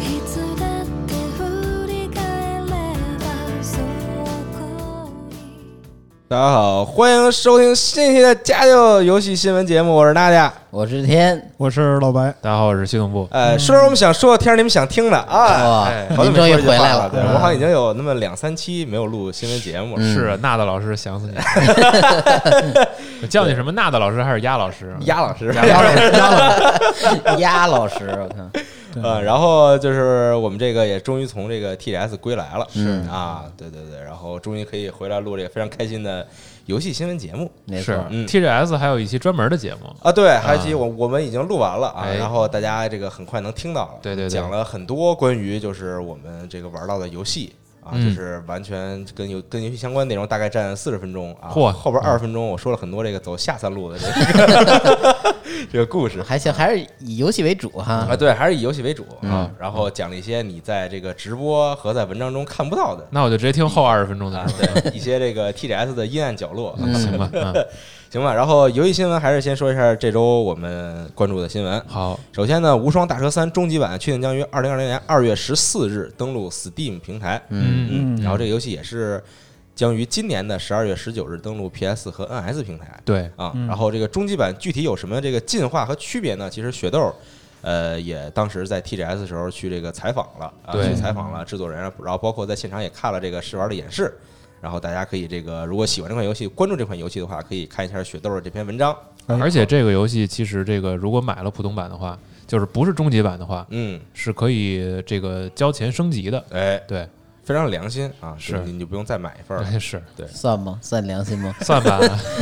いつだって振り返ればそこに大家好，欢迎收听新一期的《家就游戏新闻节目》，我是娜娜。我是天，我是老白，大家好，我是系统部。嗯呃，说说我们想说的，听着你们想听的啊！哇哎好久您没终于说这句话回来了，了对嗯我好像已经有那么两三期没有录新闻节目了。嗯是纳的老师，想死你！我叫你什么？纳的老师还是鸭老师？鸭老师，嗯鸭老师，鸭老师， 鸭老师，我看呃，然后就是我们这个也终于从这个 TS 归来了，是啊，对对对，然后终于可以回来录这个非常开心的游戏新闻节目没是错，嗯 TGS 还有一期专门的节目，啊，对，还有一期我我们已经录完了啊哎，然后大家这个很快能听到了，对对对讲了很多关于就是我们这个玩到的游戏。啊，嗯就是完全跟游跟游戏相关内容，大概占四十分钟啊。嚯嗯后边二十分钟我说了很多这个走下三路的这个这个 故事还行，还是以游戏为主嗯啊，哈。对，还是以游戏为主啊嗯。然后讲了一些你在这个直播和在文章中看不到的那我就直接听后二十分钟的啊节目。，对，一 些这个 TGS 的阴暗角落。啊嗯行吧，嗯，行吧，然后游戏新闻还是先说一下这周我们关注的新闻。好，首先呢，《无双大蛇三》终极版确定将于二零二零年二月十四日登陆 Steam 平台。嗯，嗯然后这个游戏也是将于今年的十二月十九日登陆 PS 和 NS 平台对，啊。嗯然后这个终极版具体有什么这个进化和区别呢？其实雪豆。呃，也当时在 TGS 的时候去这个采访了，啊，对去采访了制作人，然后包括在现场也看了这个试玩的演示，然后大家可以这个如果喜欢这款游戏，关注这款游戏的话，可以看一下雪豆的这篇文章，哎而且这个游戏其实这个如果买了普通版的话，就是不是终极版的话，嗯，是可以这个交钱升级的。哎，对，非常良心啊，是就你你就不用再买一份儿了，对是算吗？算良心吗？算吧，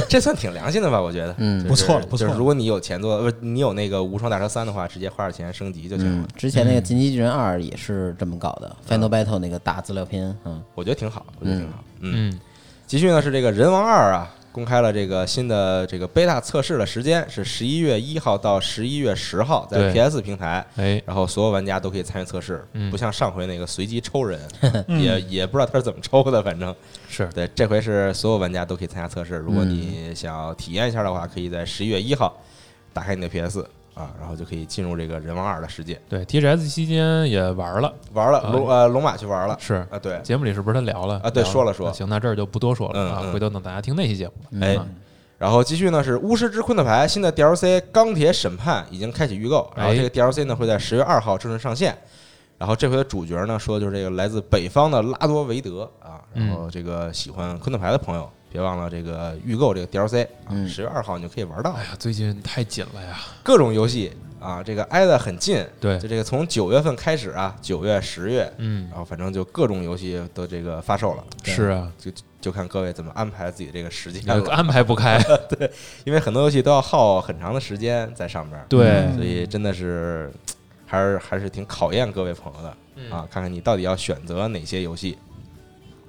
这算挺良心的吧？我觉得，嗯就是不错了不错就了是如果你有钱做，呃不，是你有那个《无双大蛇三》的话，直接花点钱升级就行嗯嗯了，，之前那个《进击巨人二》也是这么搞的，Final Battle 那个大资料片，嗯，我觉得挺好，我觉得挺好。嗯，嗯，继续呢是这个《人王二》啊，公开了这个新的这个贝塔测试的时间是十一月一号到十一月十号，对在 PS 平台。哎，然后所有玩家都可以参与测试，嗯不像上回那个随机抽 人，也也不知道他是怎么抽的，反正是对，这回是所有玩家都可以参加测试。如嗯果你想要体验一下的话，可以在十一月一号打开你的 PS 啊，然后就可以进入这个人王二的世界。对 TGS 期间也玩了，玩啊了龙呃龙马去玩了是啊，对，节目里是不是他聊了啊对聊说了说啊行，那这儿就不多说了嗯啊，嗯回头等大家听那期节目。哎嗯然后继续呢是巫师之昆特牌新的 DLC《钢铁审判》已经开启预购，然后这个 DLC 呢会在十月二号正式上线。然后这回的主角呢说的就是这个来自北方的拉多维德啊，然后这个喜欢昆特牌的朋友别忘了这个预购这个 DLC 啊，嗯十月二号你就可以玩到哎。呀，最近太紧了呀，各种游戏啊，这个挨得很近。对就这个从九月份开始啊，九月、十月，嗯然，后反正就各种游戏都这个发售了，是啊，就就看各位怎么安排自己这个时间有个了，安排不 开，因为很多游戏都要耗很长的时间在上面，对，所以真的是嘖还是还是挺考验各位朋友的嗯啊，看看你到底要选择哪些游戏。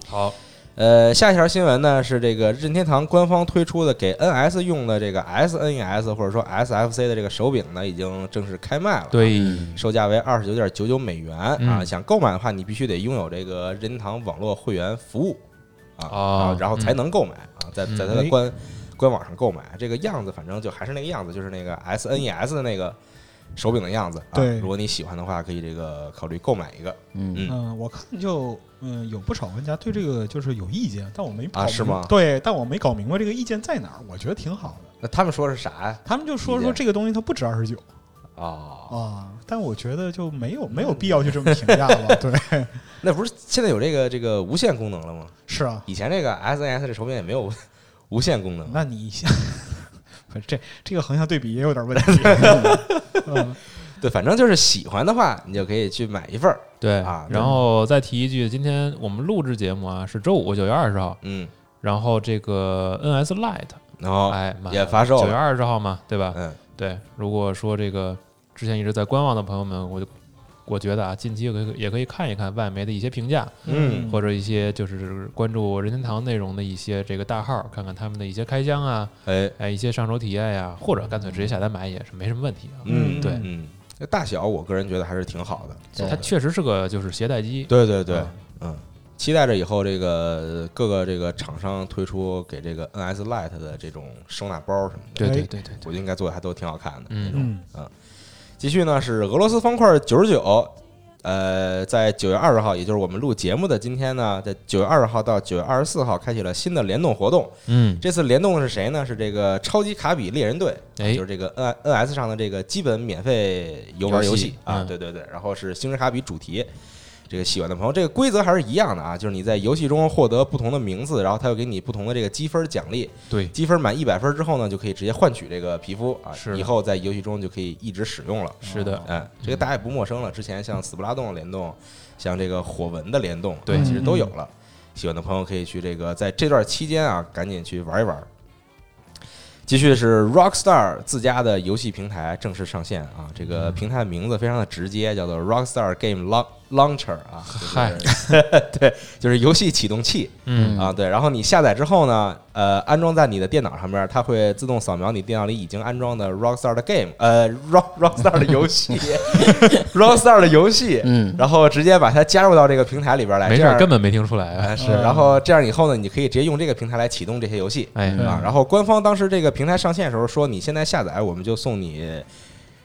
好，呃，下一条新闻呢是这个任天堂官方推出的给 NS 用的这个 SNES 或者说 SFC 的这个手柄呢，已经正式开卖了。对，售价为二十九点九九美元啊！嗯想购买的话，你必须得拥有这个任天堂网络会员服务啊，哦啊然后才能购买啊，在在它的嗯官官网上购买。这个样子，反正就还是那个样子，就是那个 SNES 的那个手柄的样子啊。对如果你喜欢的话，可以这个考虑购买一个嗯嗯嗯，我看就嗯有不少玩家对这个就是有意见，但我没搞啊是吗明对，但我没搞明白这个意见在哪儿，我觉得挺好的。那他们说是啥呀？他们就意说见说这个东西它不值二十九哦，嗯啊，但我觉得就没有没有必要去这么评价 了。对，那不是现在有这个这个无线功能了吗？是啊，E 以前这个 SNES 这手柄也没有 无限功能。那你想，不 是这这个横向对比也有点问题。 嗯对，反正就是喜欢的话，你就可以去买一份儿对啊然后再提一句，今天我们录制节目啊是周五九月二十号，嗯，然后这个 NS Lite 然后哎买哦也发售了九月二十号嘛，对吧？嗯，对，如果说这个之前一直在观望的朋友们，我就我觉得啊，近期也可以也可以看一看外媒的一些评价，嗯或者一些就是关注任天堂内容的一些这个大号，看看他们的一些开箱啊，哎，哎，一些上手体验呀、或者干脆直接下单买也是没什么问题啊。嗯，对嗯，这大小我个人觉得还是挺好的。对它确实是个就是携带机，对对对啊，嗯，期待着以后这个各个这个厂商推出给这个 NS Lite 的这种收纳包什么的，对对哎对对我觉得应该做的还都挺好看的。嗯嗯，继续呢是俄罗斯方块九十九，呃，在九月二十号，也就是我们录节目的今天呢，在九月二十号到九月二十四号开启了新的联动活动。嗯，这次联动的是谁呢？是这个超级卡比猎人队，哎就是这个 N N S 上的这个基本免费游玩游游戏戏啊，嗯对对对。然后是星之卡比主题，这个喜欢的朋友，这个规则还是一样的啊，就是你在游戏中获得不同的名字，然后它又给你不同的这个积分奖励，对，积分满一百分之后呢，就可以直接换取这个皮肤啊，是的以后在游戏中就可以一直使用了。是的，哎，这个大家也不陌生了。之前像斯普拉洞的联动，像这个火纹的联动，哎对其实都有了。喜欢的朋友可以去这个，在这段期间啊，赶紧去玩一玩。继续是 Rockstar 自家的游戏平台正式上线啊，这嗯个平台名字非常的直接，叫做 Rockstar Game Laun- Launcher 啊，嗨就是， 对，就是游戏启动器。嗯啊，对，然后你下载之后呢，呃，安装在你的电脑上面，它会自动扫描你电脑里已经安装的 Rockstar 的 game，呃，Rock Rockstar 的游 戏，Rockstar 的游戏，嗯，然后直接把它加入到这个平台里边来，没事这儿，样根本没听出来啊。呃是，然后这样以后呢，你可以直接用这个平台来启动这些游戏哎，嗯啊。然后官方当时这个平台上线的时候说，你现在下载，我们就送你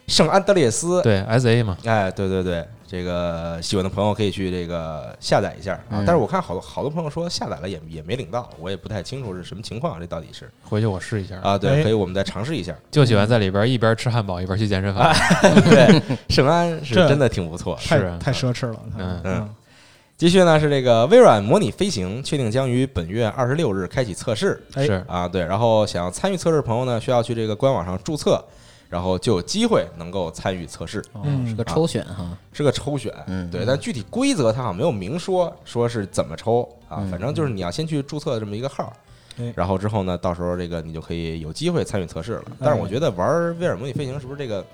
圣安德烈斯对，S A 嘛，哎，对对对，这个喜欢的朋友可以去这个下载一下啊。嗯但是我看好多好多朋友说下载了也也没领到，我也不太清楚是什么情况，这到底是回去我试一下。啊？对，哎可以我们再尝试一 下。就喜欢在里边一边吃汉堡一边去健身哎房。对，圣安是这真的挺不错。是太啊太奢侈了。嗯嗯继续呢是这个微软模拟飞行，确定将于本月二十六日开启测试哎是，啊。对，然后想参与测试的朋友呢，需要去这个官网上注册，然后就有机会能够参与测试。哦嗯是个抽选哈，是个抽选，嗯啊对，但具体规则它好像没有明说，说是怎么抽啊，嗯反正就是你要先去注册这么一个号哎，然后之后呢，到时候这个你就可以有机会参与测试了。但是我觉得玩威尔模拟飞行是不是这个，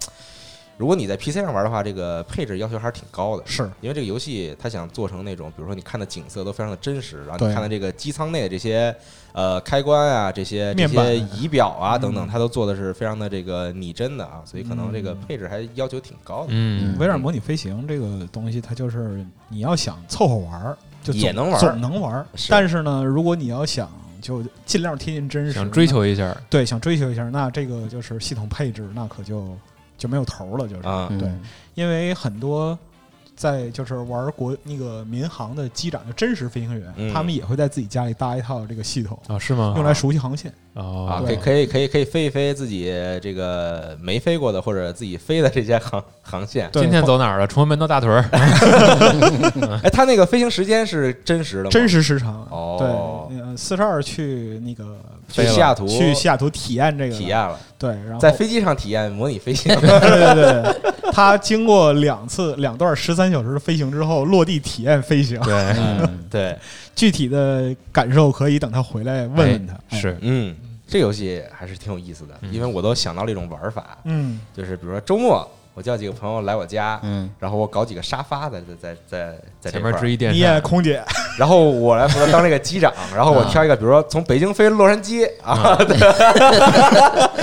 如果你在 PC 上玩的话，这个配置要求还是挺高的。是因为这个游戏它想做成那种，比如说你看的景色都非常的真实，然后你对看的这个机舱内的这些呃开关啊、这些这面板些仪表啊等等，嗯它都做的是非常的这个拟真的啊，所以可能这个配置还要求挺高的。嗯，微软模拟飞行这个东西，它就是你要想凑合玩儿，就也总能玩儿啊总能玩儿。是但是呢，如果你要想就尽量贴近嗯真实，想追求一下，那对想追求一下，那这个就是系统配置，那可就就没有头儿了，就是啊，嗯对因为很多。在就是玩国那个民航的机长，就真实飞行员，嗯他们也会在自己家里搭一套这个系统，哦，是吗？用来熟悉航线。哦，啊，可以对可以可以可以飞一飞自己这个没飞过的或者自己飞的这些航航线。对今天走哪儿了？崇文门到大屯儿。哎，它那个飞行时间是真实的吗？真实时长哦对，呃，四十二去那个去西雅图去西雅图体验这个体验了，对，然后在飞机上体验模拟飞 行。对对对对，他经过两次两段十三小时的飞行之后，落地体验飞行，对 嗯，对，具体的感受可以等他回来问问他。哎哎，是，嗯，这游戏还是挺有意思的，因为我都想到了一种玩法，嗯，就是比如说周末我叫几个朋友来我家，嗯，然后我搞几个沙发在在在在在这前块面儿支一电你演扇，空姐，然后我来负责当这个机长，然后啊我挑一个，比如说从北京飞洛杉矶啊，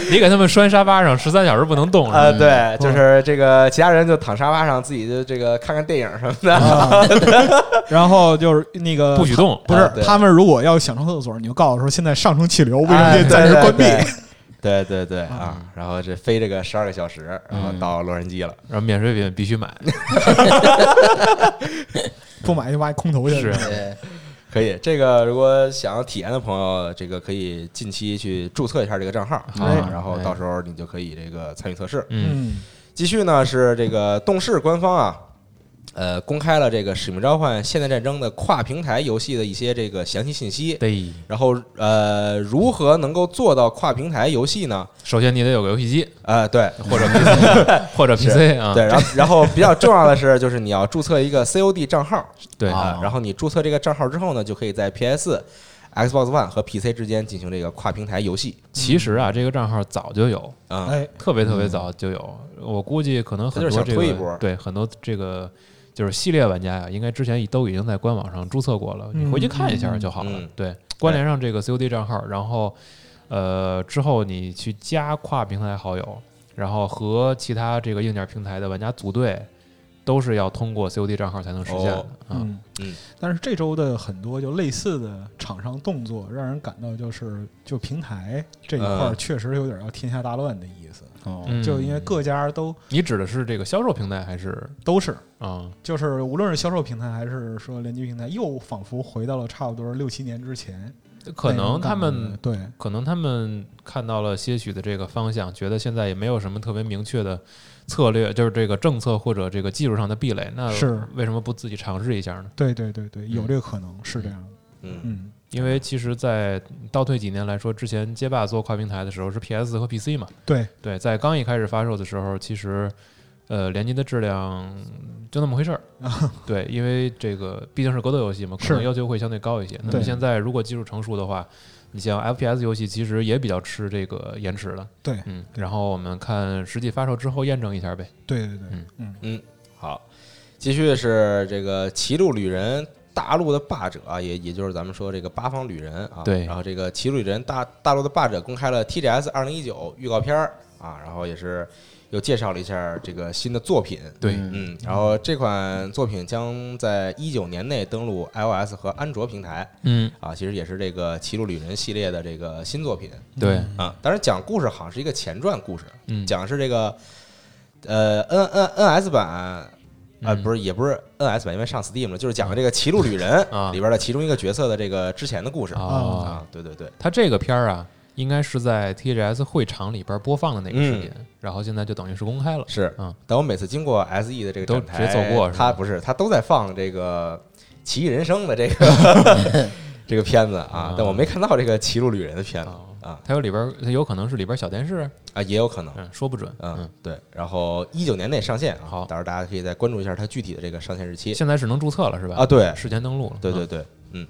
你给他们拴沙发上，十三小时不能动。是吧呃，对，哦就是这个其他人就躺沙发上，自己就这个看看电影什么 的。啊、然后就是那个不许动不是、啊对他们如果要想上厕所，你就告诉说现在上升气流，卫生哎间暂时关闭。。对对对 对对对嗯啊，然后这飞这个十二个小时，然后到洛杉矶了。然后免税品必须买。不买就挖一空投去。是对，可以，这个如果想要体验的朋友，这个可以近期去注册一下这个账号哎啊，然后到时候你就可以这个参与测试。嗯，嗯，继续呢是这个动视官方啊，呃，公开了这个《使命召唤：现代战争》的跨平台游戏的一些这个详细信息。对，然后，呃，如何能够做到跨平台游戏呢？首先你得有个游戏机呃，对，或 者 PC 或者 PC 啊，对，然后，然后比较重要的是，就是你要注册一个 COD 账号，对啊啊，然后你注册这个账号之后呢，就可以在 PS、Xbox One 和 PC 之间进行这个跨平台游戏。其实啊，这个账号早就有，啊、哎，特别特别早就有。我估计可能很多嗯他就是这想推一个波对很多这个就是系列玩家呀，应该之前都已经在官网上注册过了，嗯你回去看一下就好了。嗯对，关联上这个 COD 账号，然后呃之后你去加跨平台好友，然后和其他这个硬件平台的玩家组队，都是要通过 COD 账号才能实现的哦啊。嗯嗯，但是这周的很多就类似的厂商动作，让人感到就是就平台这一块儿嗯确实有点要天下大乱的意思，哦，嗯就因为各家都你指的是这个销售平台还是都是，啊？就是无论是销售平台还是说联机平台，又仿佛回到了差不多六七年之前哎可那种能感觉，他们对可能他们看到了些许的这个方向，觉得现在也没有什么特别明确的策略，就是这个政策或者这个技术上的壁垒。那是为什么不自己尝试一下呢？对对对对，嗯有这个可能是这样的，嗯，嗯，因为其实，在倒退几年来说，之前街霸做跨平台的时候是 PS 和 PC 嘛，对，对，在刚一开始发售的时候，其实呃联机的质量就那么回事儿，对，因为这个毕竟是格斗游戏嘛，可能啊是要求会相对高一些。那么对现在如果技术成熟的话，你像 FPS 游戏其实也比较吃这个延迟的，对嗯，然后我们看实际发售之后验证一下呗。对对对嗯，嗯，好，继续是这个《歧路旅人》。大陆的霸者啊，也也就是咱们说这个八方旅人啊，对然后这个《歧路旅人大》大陆的霸者公开了 TGS 二零一九预告片儿啊，然后也是又介绍了一下这个新的作品，对嗯嗯，然后这款作品将在一九年内登陆 iOS 和安卓平台嗯，啊，其实也是这个《歧路旅人》系列的这个新作品对，啊。当然，讲故事好像是一个前传故事，嗯，讲的是这个呃 N N N S 版啊、嗯不是也不是 N S 版，因为上 Steam 了，就是讲的这个《歧路旅人》啊里边的其中一个角色的这个之前的故事啊哦，对对对，它这个片儿啊，应该是在 TGS 会场里边播放的那个时间，然后现在就等于是公开了。是嗯，但我每次经过 S E 的这个都展台，直接走过是吧他不是他都在放这个《奇异人生》的这个 这个片子啊啊，但我没看到这个《歧路旅人》的片子哦啊它有里边儿，它有可能是里边儿小电视，啊，也有可能。嗯，说不准，嗯，对，然后一九年内上线啊，好到时候大家可以再关注一下它具体的这个上线日期现在是能注册了是吧？啊。对，事前登录了，对对嗯，对，嗯，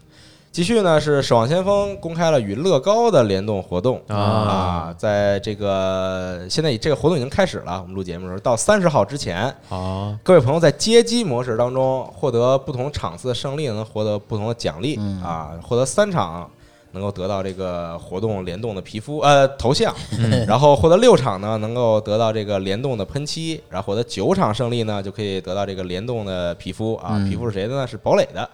继续呢是《守望先锋》公开了与乐高的联动活动啊在这个现在这个活动已经开始了，我们录节目的时候到三十号之前，啊好，各位朋友在街机模式当中获得不同场次的胜利，能获得不同的奖励、嗯啊，获得三场。能够得到这个活动联动的皮肤呃头像，嗯 然后获得六场呢，能够得到这个联动的喷漆，然后获得九场胜利呢，就可以得到这个联动的皮肤啊。嗯皮肤是谁的呢？是堡垒的，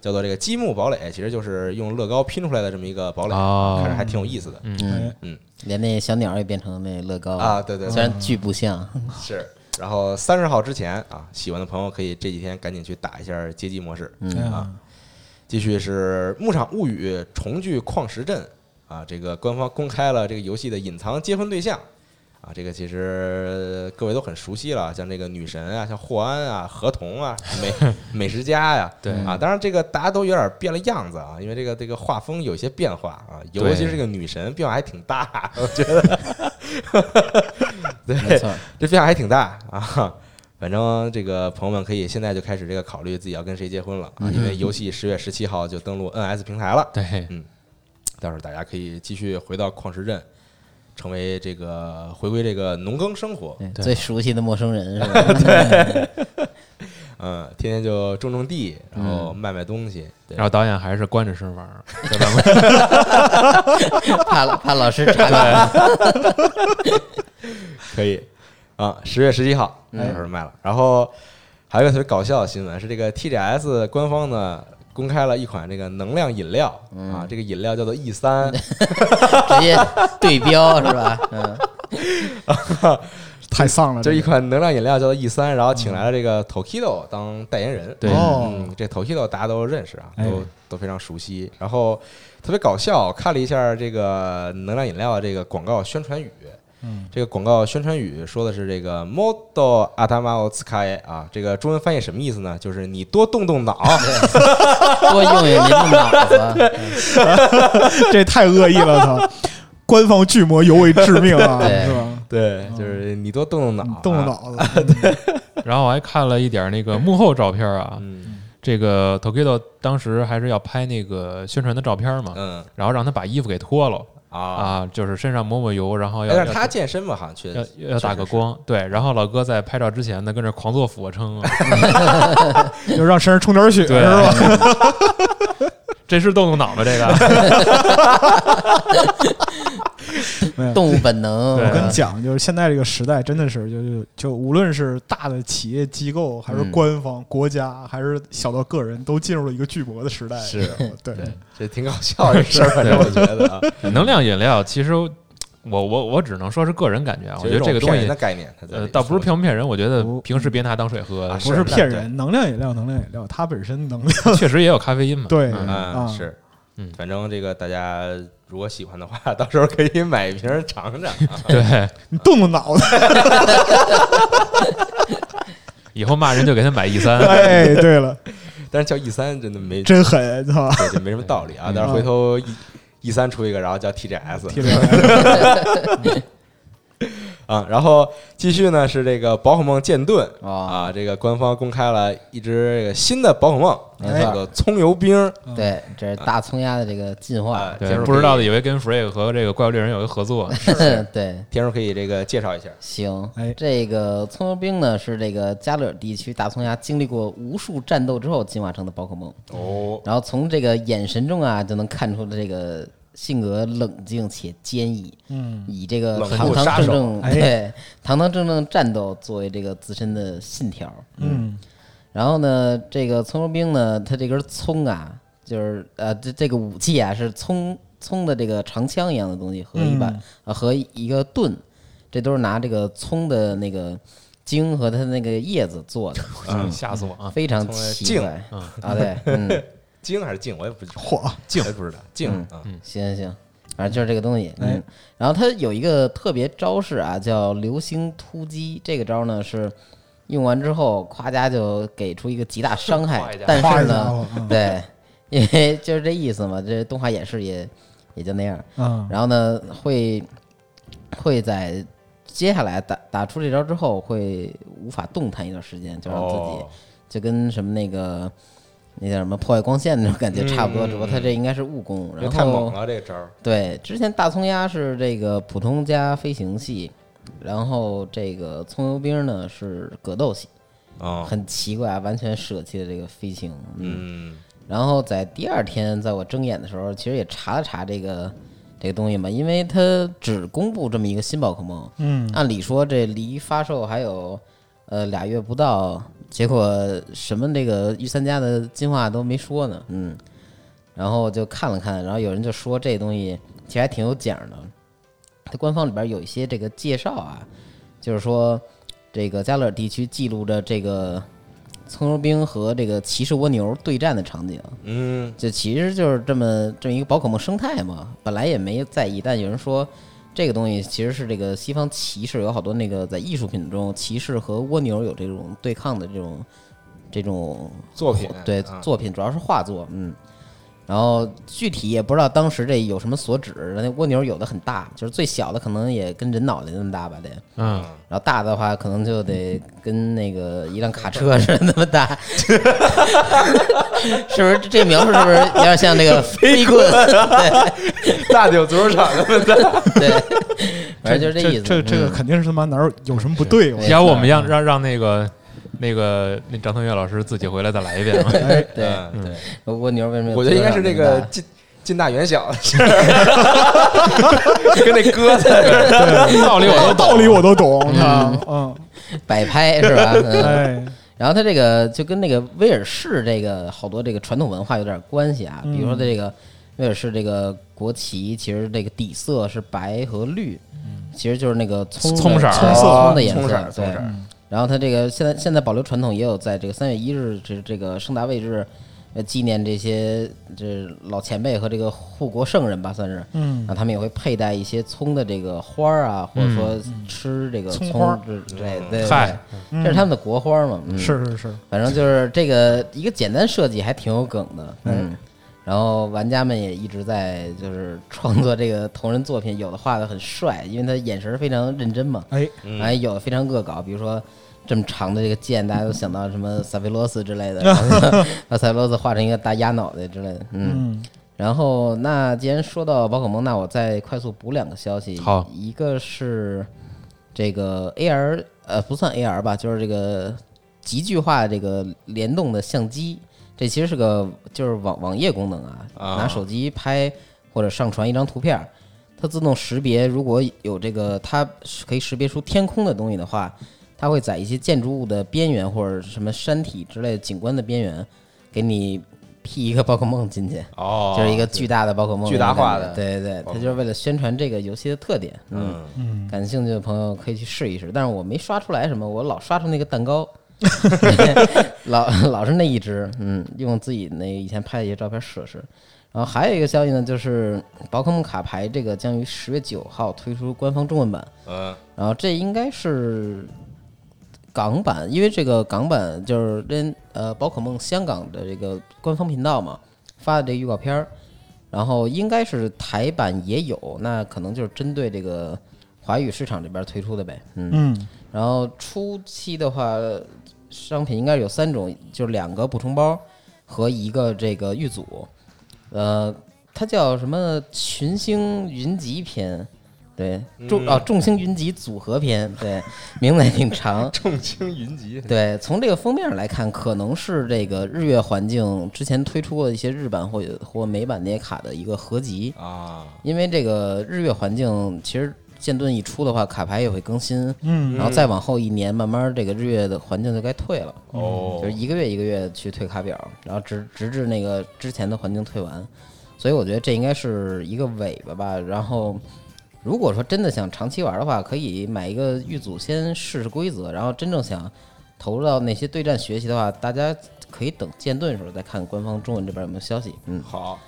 叫做这个积木堡垒，其实就是用乐高拼出来的这么一个堡垒，哦看着还挺有意思的、哎，嗯连那小鸟也变成那乐高，嗯啊。对嗯对对虽然巨不像，是。然后三十号之前啊，喜欢的朋友可以这几天赶紧去打一下街机模式。哎嗯，呀，继续是《牧场物语》重聚矿石镇啊，这个官方公开了这个游戏的隐藏结婚对象啊，这个其实各位都很熟悉了，像这个女神啊，像霍安啊、合同啊、美美食家呀、对啊，当然这个大家都有点变了样子啊，因为这个这个画风有一些变化啊，尤其是这个女神变化还挺大，我觉得对，没错，这变化还挺大啊。 反正这个朋友们可以现在就开始这个考虑自己要跟谁结婚了啊，因为游戏十月十七号就登陆 NS 平台了，对，到时候大家可以继续回到矿石镇，成为这个回归这个农耕生活，对对最熟悉的陌生人是吧？嗯，天天就种种地，然后卖卖东西，对然后导演还是关着声玩儿，怕怕老师查到，可以啊，十月十七号到时候卖了。然后还有一个特别搞笑的新闻是，这个 TGS 官方呢公开了一款这个能量饮料啊，这个饮料叫做 E 三，直接对标是吧？嗯，太丧了，就这一个款能量饮料叫做 E 三，然后嗯请来了这个 Tokido 当代言人。对哦嗯，，这 Tokido 大家都认识啊，哎都都非常熟悉。然后特别搞笑，看了一下这个能量饮料的这个广告宣传语，嗯这个广告宣传语说的是这个 “model atama o t s k a 啊，这个中文翻译什么意思呢？就是你多动动 脑，多用用您的脑子。这太恶意了，操！官方巨魔尤为致命啊，对是吧？对，就是你多动动脑啊，动动脑子，嗯 然后我还看了一点那个幕后照片啊，嗯这个 Tokido 当时还是要拍那个宣传的照片嘛，嗯然后让他把衣服给脱了啊，啊，就是身上抹抹油，然后哎要但要是他健身嘛，好像去要要打个光，对。然后老哥在拍照之前呢，跟这狂做俯卧撑 啊，就让身上充点血，是对 吧？这是动动脑吗？这个没有动物本能，对我跟你讲，就是现在这个时代，真的是就是就无论是大的企业机构，还是嗯官方、国家，还是小到个人，都进入了一个巨魔的时代。是对，这挺搞笑这事儿，反正我觉得啊，能量饮料，其实我我我只能说是个人感觉啊，我就觉是得这个种东骗人西的概念，他在呃倒不是骗骗不骗人，我觉得不平时别拿当水喝，啊不是骗是人，能量饮料，能量饮料，它本身能量确实也有咖啡因嘛。对嗯啊啊是，嗯反正这个大家如果喜欢的话， 到时候可以买一瓶尝尝啊。对，你动动脑子，以后骂人就给他买 E 三，哎，对了，但是叫 E 三真的没真狠，知道吧？对，就没什么道理啊。嗯但是回头 E E 三出一个，然后叫 TGS 踢这个啊，然后继续呢是这个宝可梦剑盾啊，啊，这个官方公开了一只这个新的宝可梦，没哎这错个葱油兵对，这是大葱鸭的这个进化，啊，对，天不知道的的以为跟 Free 和这个怪物猎人有一个合作， 对，天叔可以这个介绍一下，行哎，这个葱油兵呢是这个加勒尔地区大葱鸭经历过无数战斗之后进化成的宝可梦，哦，然后从这个眼神中啊就能看出这个性格冷静且坚毅，嗯，以这个冷酷堂堂杀正手正哎对堂堂正正战斗作为这个自身的信条，嗯，然后呢，这个葱油兵呢，它这根葱啊，就是呃，这这个武器啊，是葱葱的这个长枪一样的东西和一把、嗯呃和一个盾，这都是拿这个葱的那个茎和它那个叶子做的，吓死我啊！非常葱的奇茎怪、啊！对， 嗯，精还是静，我也不知道，嚯，静不知道，静嗯啊，行行行，反正就是这个东西。嗯，哎然后它有一个特别招式啊，叫流星突击。这个招呢是用完之后，夸家就给出一个极大伤夸害一下，但夸是一家呢伙，嗯对，因为就是这意思嘛，这动画演示也也就那样。嗯，然后呢，会会在接下来打打出这招之后，会无法动弹一段时间，就让自己、哦就跟什么那个那叫什么破坏光线那种感觉差不嗯多，只不过它这应该是误攻，因为然太猛后了这个招儿，对，之前大葱鸭是这个普通加飞行系，然后这个葱油兵呢是格斗系，哦，很奇怪啊，完全舍弃了这个飞行。嗯，嗯，然后在第二天，在我睁眼的时候，其实也查了查这个这个东西嘛，因为它只公布这么一个新宝可梦，嗯，按理说这离发售还有呃俩月不到，结果什么这个御三家的进化都没说呢，嗯，然后就看了看，然后有人就说这东西其实还挺有讲的，它官方里边有一些这个介绍啊，就是说这个加勒尔地区记录着这个葱油兵和这个骑士蜗牛对战的场景，嗯，就其实就是这么这么一个宝可梦生态嘛，本来也没在意，但有人说这个东西其实是这个西方骑士有好多那个在艺术品中，骑士和蜗牛有这种对抗的这种这种作品对啊作品，主要是画作，嗯。然后具体也不知道当时这有什么所指，那蜗牛有的很大，就是最小的可能也跟人脑袋那么大吧得，嗯，啊然后大的话可能就得跟那个一辆卡车似的那 么大，是不是？这描述是不是有点像那个飞 棍？啊大的有足球场那么大，对，反正就是这意思。这这个嗯肯定是他妈哪儿有什么不对？我没要不我们错让让让那个那个那张腾岳老师自己回来再来一遍啊。哎，对，嗯对，蜗牛为什么？我觉得应该是这个近近大远小的 事儿，跟那鸽子 道理我都道理我都懂，啊，嗯，摆拍是 吧？嗯。哎，然后它这个就跟那个威尔士这个好多这个传统文化有点关系啊，比如说这个威尔士这个国旗，其实这个底色是白和绿，其实就是那个葱的葱色儿葱哦葱的颜葱色儿色，葱对色儿。然后它这个现在现在保留传统，也有在这个三月一日这这个盛大位置呃纪念这些这老前辈和这个护国圣人吧，算是。嗯那他们也会佩戴一些葱的这个花儿啊，或者说吃这个葱葱花儿之之类的，对对，嗨对这是他们的国花儿嘛？嗯、，是是是，反正就是这个一个简单设计，还挺有梗的，嗯。然后玩家们也一直在就是创作这个同人作品，有的画的很帅，因为他眼神非常认真嘛，哎，哎，有的非常恶搞，比如说这么长的这个剑，大家都想到什么萨菲罗斯之类的，然后把萨菲罗斯画成一个大鸭脑袋之类的，嗯。嗯然后，那既然说到宝可梦，那我再快速补两个消息。好一个是这个 AR，呃，不算 AR 吧，就是这个极具化这个联动的相机，这其实是个就是网网页功能啊，啊拿手机拍或者上传一张图片儿，它自动识别，如果有这个它是可以识别出天空的东西的话，它会在一些建筑物的边缘或者什么山体之类的景观的边缘，给你 P 一个宝可梦进去。哦就是一个巨大的宝可梦巨大化的那种感觉对对对，它就是为了宣传这个游戏的特点。嗯，嗯，感兴趣的朋友可以去试一试，但是我没刷出来什么，我老刷出那个蛋 糕， 老老是那一只，嗯，用自己那以前拍的一些照片试了试。然后还有一个消息呢，就是宝可梦卡牌这个将于十月九号推出官方中文版，嗯。然后这应该是港版，因为这个港版就是跟呃宝可梦香港的这个官方频道嘛发的这个预告片儿，然后应该是台版也有，那可能就是针对这个华语市场这边推出的呗，嗯。嗯然后初期的话，商品应该有三种，就是两个补充包和一个这个玉组，呃，它叫什么群星云集篇。对，众啊众星云集组合篇，对，名字也挺长众星云集，对，从这个封面上来看，可能是这个日月环境之前推出过的一些日版或者或美版那些卡的一个合集。啊，因为这个日月环境，其实剑盾一出的话，卡牌也会更新，嗯，然后再往后一年，慢慢这个日月的环境就该退了，哦就是一个月一个月去退卡表，然后直直至那个之前的环境退完，所以我觉得这应该是一个尾巴吧。然后，如果说真的想长期玩的话，可以买一个预组先试试规则，然后真正想投入到那些对战学习的话，大家可以等剑盾的时候再看官方中文这边有没有消息。嗯，好，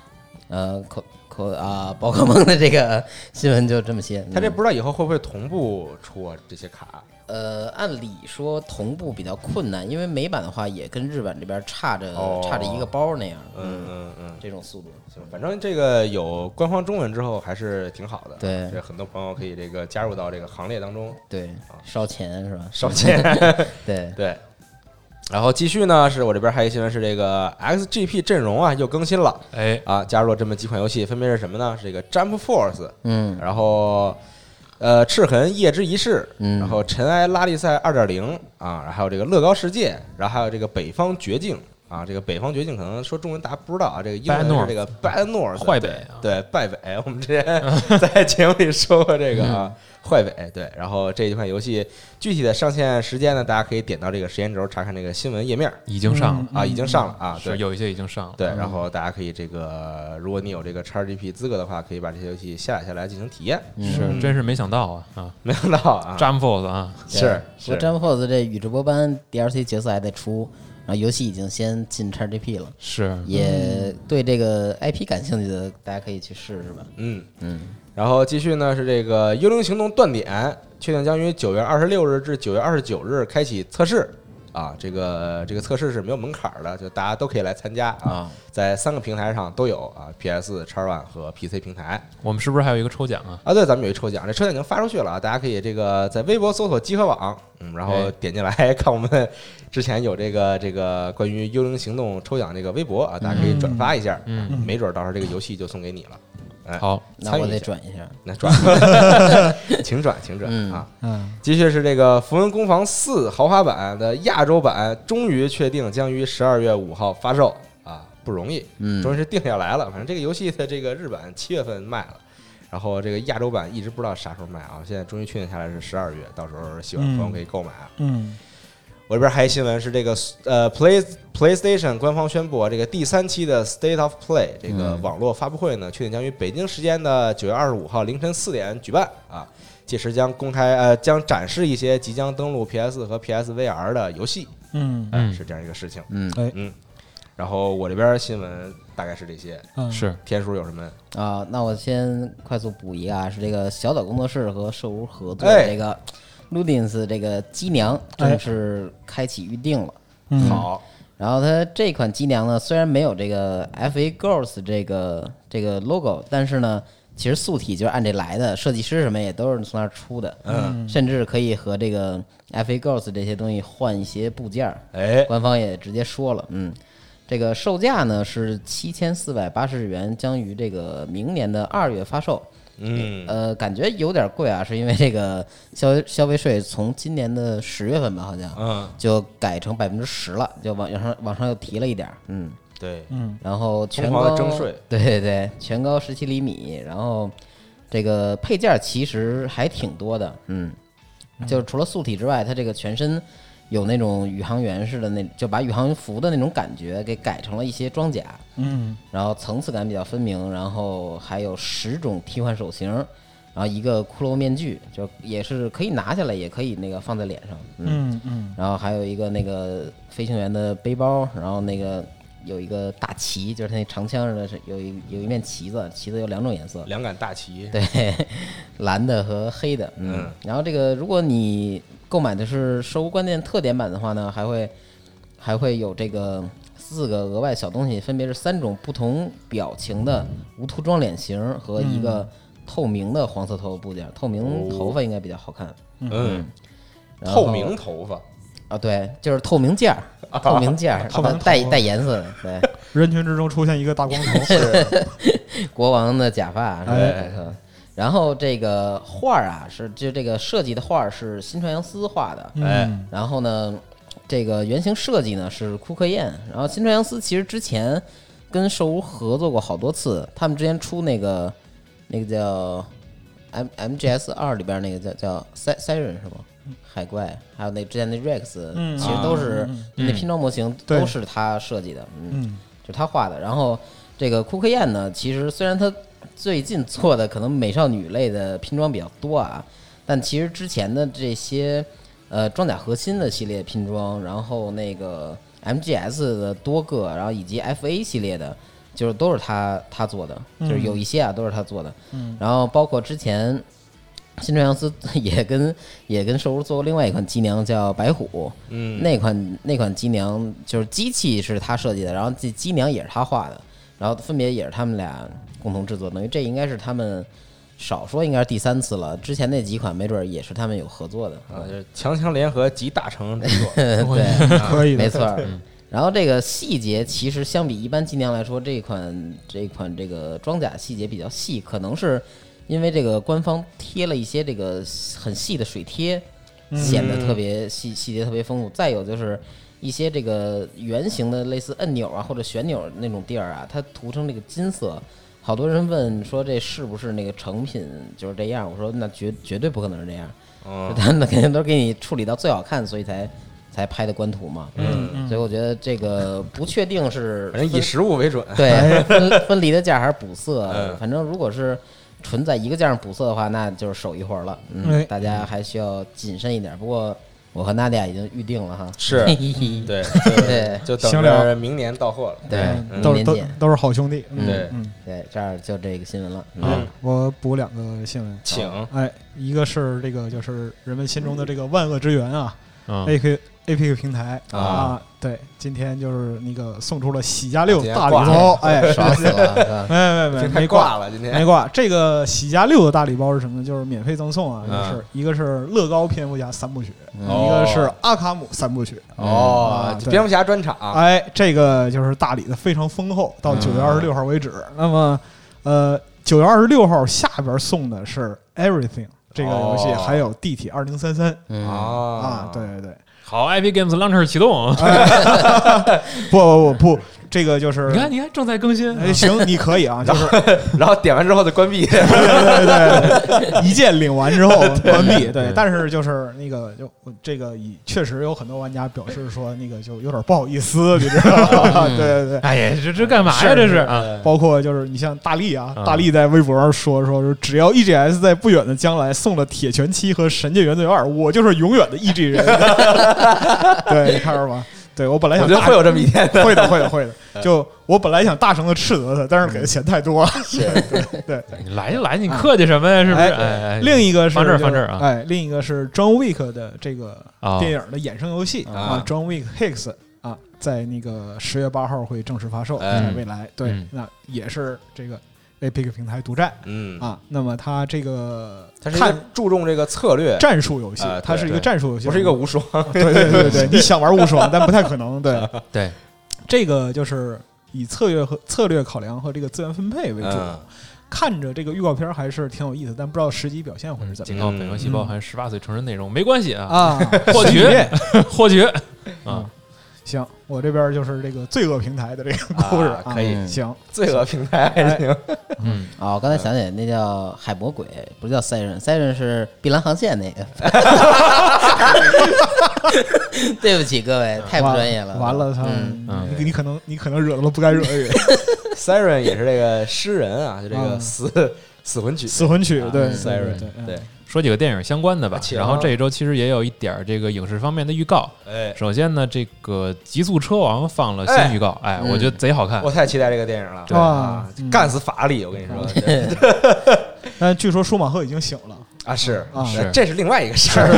呃，可可啊，宝可梦的这个新闻就这么些。他这嗯不知道以后会不会同步出啊这些卡？呃，按理说同步比较困难，因为美版的话也跟日版这边差着、哦差着一个包那样，嗯嗯嗯，这种速度。行，反正这个有官方中文之后还是挺好的，对这很多朋友可以这个加入到这个行列当中，对，烧钱是吧？啊 烧钱。 对，对。然后继续呢，是我这边还有一新闻是这个 XGP 阵容啊又更新了哎，啊，加入了这么几款游戏，分别是什么呢？是这个 Jump Force，嗯然后呃赤痕夜之仪式，嗯然后尘埃拉力赛二点零啊，然后还有这个乐高世界，然后还有这个北方绝境啊，这个北方绝境可能说中文大家不知道啊，这个英 Bad 文 North 是这个 Bad North 坏北对啊对败北，我们之 前在节目里说过这个啊，嗯坏北对，然后这一款游戏具体的上线时间呢，大家可以点到这个时间轴查看这个新闻页面已经上了，啊，已经上了啊，对嗯是。有一嗯些已经上了。对，然后大家可以这个，如果你有这个 XGP 资格的话，可以把这些游戏下载下来进行体验。嗯是，真是没想到啊啊没想到啊， ，Jump Force 啊，是我是，詹姆斯这宇智波斑 DLC 角色还得出，然后游戏已经先进 XGP 了，是嗯也对这个 IP 感兴趣的，大家可以去试试吧。嗯嗯。然后继续呢是这个《幽灵行动：断点》，确定将于九月二十六日至九月二十九日开启测试。啊，这个这个测试是没有门槛儿的，就大家都可以来参加啊，啊，在三个平台上都有啊，PS、X One 和 PC 平台我们是不是还有一个抽奖啊？啊。对，咱们有一抽奖，这抽奖已经发出去了啊，大家可以这个在微博搜索“集合网”，嗯，然后哎点进来 看我们之前有这个这个关于《幽灵行动》抽奖这个微博啊，大家可以转发一下，啊嗯嗯没准儿到时候这个游戏就送给你了。哎，好，那我参与一得下转一下。那 转，请转，请转嗯啊！嗯继续是这个《符文攻防四》豪华版的亚洲版，终于确定将于十二月五号发售啊，不容易，嗯终于是定下来了。反正这个游戏的这个日版七月份卖了，然后这个亚洲版一直不知道啥时候卖啊，现在终于确定下来是十二月，到时候喜欢的朋友可以购买啊。嗯我这边还有新闻是这个呃，Play PlayStation 官方宣布啊，这个第三期的 State of Play 这个网络发布会呢，确定将于北京时间的九月二十五号凌晨四点举办啊，届时将公开呃将展示一些即将登陆 PS 和 PSVR 的游戏，啊嗯嗯是这样一个事情。嗯哎嗯，然后我这边新闻大概是这些，嗯，是天叔有什么？啊，那我先快速补一个啊，是这个小岛工作室和兽屋合作哎这个 Ludins 这个机娘正式开启预定了。嗯，好，然后它这款机娘呢，虽然没有这个 FA Girls 这个这个 logo，但是呢，其实素体就是按这来的，设计师什么也都是从那儿出的，嗯，甚至可以和这个 FA Girls 这些东西换一些部件儿，哎， 官方也直接说了，嗯，这个售价呢是七千四百八十日元，将于这个明年的二月发售。嗯，呃，感觉有点贵啊，是因为这个消消费税从今年的十月份吧，好像嗯，就改成百分之十了，就往往上往上又提了一点儿，嗯。对，然后全疯狂高地征税，对对对，全高十七厘米，然后这个配件儿其实还挺多的，嗯，就是除了素体之外，它这个全身有那种宇航员似的那，就把宇航服的那种感觉给改成了一些装甲，嗯，然后层次感比较分明，然后还有十种替换手型，然后一个骷髅面具，就也是可以拿下来，也可以那个放在脸上，嗯嗯嗯，然后还有一个那个飞行员的背包，然后那个有一个大旗，就是他那长枪似的，是有一有一面旗子，旗子有两种颜色，两杆大旗，对， 蓝的和黑的，嗯。嗯然后这个如果你购买的是收无关键特点版的话呢，还会还会有这个四个额外小东西，分别是三种不同表情的无涂装脸型和一个透明的黄色头发部件，透明头发应该比较好看。嗯，然后透明头发，啊，对，就是透明 件儿，透明件儿，啊透明头带带颜色的， 人群之中出现一个大光头，是，对，国王的假发是吧？哎嗯然后这个画儿啊，是就这个设计的画儿是新川洋司画的，嗯，然后呢，这个原型设计呢是库克燕，然后新川洋司其实之前跟兽屋合作过好多次，他们之前出那个那个叫 M M G S 二里边那个叫叫 Si- Siren 是吗？海怪，还有那之前那 Rex，、嗯其实都是、那拼装模型对都是他设计的，嗯，嗯就是他画的。然后这个库克燕呢，其实虽然他最近做的可能美少女类的拼装比较多啊，但其实之前的这些呃装甲核心的系列拼装，然后那个 MGS 的多个，然后以及 FA 系列的，就是都是他他做的，就是有一些啊都是他做的。嗯，然后包括之前。新川洋司 也跟也跟兽屋做过另外一款机娘叫白虎，嗯，那款那款机娘就是机器是他设计的，然后这机娘也是他画的，然后分别也是他们俩共同制作，等于这应该是他们少说应该是第三次了，之前那几款没准儿也是他们有合作的，啊，就是强强联合集大成之作，对，可以的，没错儿。嗯然后这个细节其实相比一般机娘来说，这款这款这个装甲细节比较细，可能是因为这个官方贴了一些这个很细的水贴，显得特别细细节特别丰富。再有就是一些这个圆形的类似按钮啊或者旋钮那种地儿啊，它涂成这个金色。好多人问说这是不是那个成品就是这样？我说那绝绝对不可能是这样，嗯 他们肯定都是给你处理到最好看，所以才才拍的官图嘛。嗯，所以我觉得这个不确定是反正以分实物为准， 对分分离的价还是补色嗯，反正如果是纯在一个价上补色的话，那就是手一活儿了。哎嗯，大家还需要谨慎一点。不过我和娜迪亚已经预定了哈， 是对，就对就等行着了明年到货了，对嗯，明都是年都见。都是好兄弟，嗯对，嗯，对，这儿就这个新闻了。嗯嗯，我补两个新闻，请哎，一个是这个就是人们心中的这个万恶之源啊嗯，A Q A P Q 平台啊啊，对，今天就是那个送出了喜家六今天大礼挂了包，哎，爽死了，啊是 吧没没没今没天挂挂了，今没天挂，这个喜家六的大礼包是什么呢？就是免费赠送啊，啊就是一个是乐高蝙蝠侠三部曲，哦一个是阿卡姆三部曲。哦啊，对蝙蝠侠专场，哎，这个就是大礼的非常丰厚，到嗯九月二十六号为止。那么，呃，九月二十六号下边送的是 Everything 这个游戏，哦还有地铁二零三三嗯，啊啊，对，对对，好，IP Games Launcher 启动，不不不不，这个就是你。看，你看，正在更新，哎，行，你可 以啊，就是然后点完之后再关闭，对对对对，一键领完之后关闭。对，但是就是那个，就这个以确实有很多玩家表示说，那个就有点不好意思，你知道吗？对对对。哎呀，这这干嘛呀？这是啊，包括就是你像大力啊，啊大力在微博上说说，就是只要 EGS 在不远的将来送了《铁拳七》和《神界原罪二》，我就是永远的 EG 人。对，你看着吧。对我本来我想觉得大会有这么一天的。会的会的会的，嗯就我本来想大声的斥责他，但是给的钱太多了。你来就来，你客气什么呀？是不是？哎哎，哎另一个是放这儿就放这儿啊哎，另一个是 John Wick 的这个啊，电影的衍生游戏啊啊，John Wick Hicks 啊，在那个十月八号会正式发售，哎在未来对嗯，那也是这个 Epic 平台独占嗯，啊。那么它这个它是一个看注重这个策略，战术游戏呃啊对，它是一个对战术游戏，不是一个无双。对对对对 对，你想玩无双，但不太可 能。对对，这个就是以策略和策略考量和这个资源分配为主。嗯看着这个预告片还是挺有意思，但不知道实际表现会是怎么警样。告本游细胞含十八岁成人内容，没关系啊，嗯啊，获取获取啊嗯，行，我这边就是这个罪恶平台的这个 故事啊啊， 可以嗯行，罪恶平台还行，哎嗯，啊，我刚才想起来，那叫海魔鬼，不是叫 Siren，Siren 是碧蓝航线 那个。 对不起各位，太不专业了。完了，他嗯，嗯你你可能你可能惹到了不该惹 的人。 Siren 也是这个诗人啊，就这个嗯死、死魂曲。死魂曲啊，对 Siren，对嗯对，说几个电影相关的吧啊。请啊然后这一周其实也有一点儿这个影视方面的预告。哎，首先呢，这个《极速车王》放了哎新预告，哎，嗯我觉得贼好看我。太期待这个电影了对啊嗯！干死法力，我跟你说嗯但据说舒马赫已经醒 了，啊，是啊是这是另外一个事儿。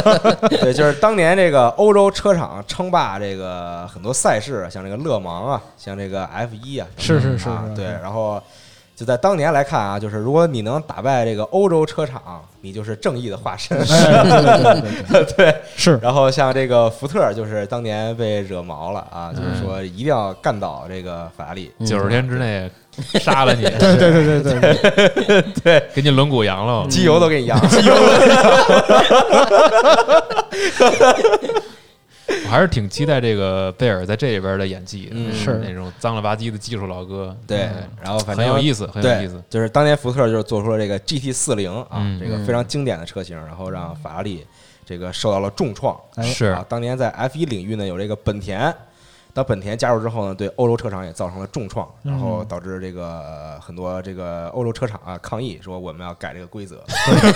对，就是当年这个欧洲车厂称霸这个很多赛事，像这个勒芒啊，像这个 F 一啊，是是是啊，是，对，然后。就在当年来看啊，就是如果你能打败这个欧洲车厂，你就是正义的化身。哎对，是然后像这个福特，就是当年被惹毛了嗯啊，就是说一定要干倒这个法拉利。九十天之内杀了你，对对对对对，给你轮毂扬了。机油都给你 扬，机油都我还是挺期待这个贝尔在这里边的演技，嗯是那种脏了吧唧的技术老哥，对哎，然后反很正有意思，很有意对思。，就是当年福特就是做出了这个 GT 四零啊嗯，这个非常经典的车型，然后让法拉利这个受到了重创。哎是啊，当年在 F 一领域呢有这个本田，当本田加入之后呢，对欧洲车厂也造成了重创，然后嗯导致这个呃很多这个欧洲车厂啊抗议说我们要改这个规则。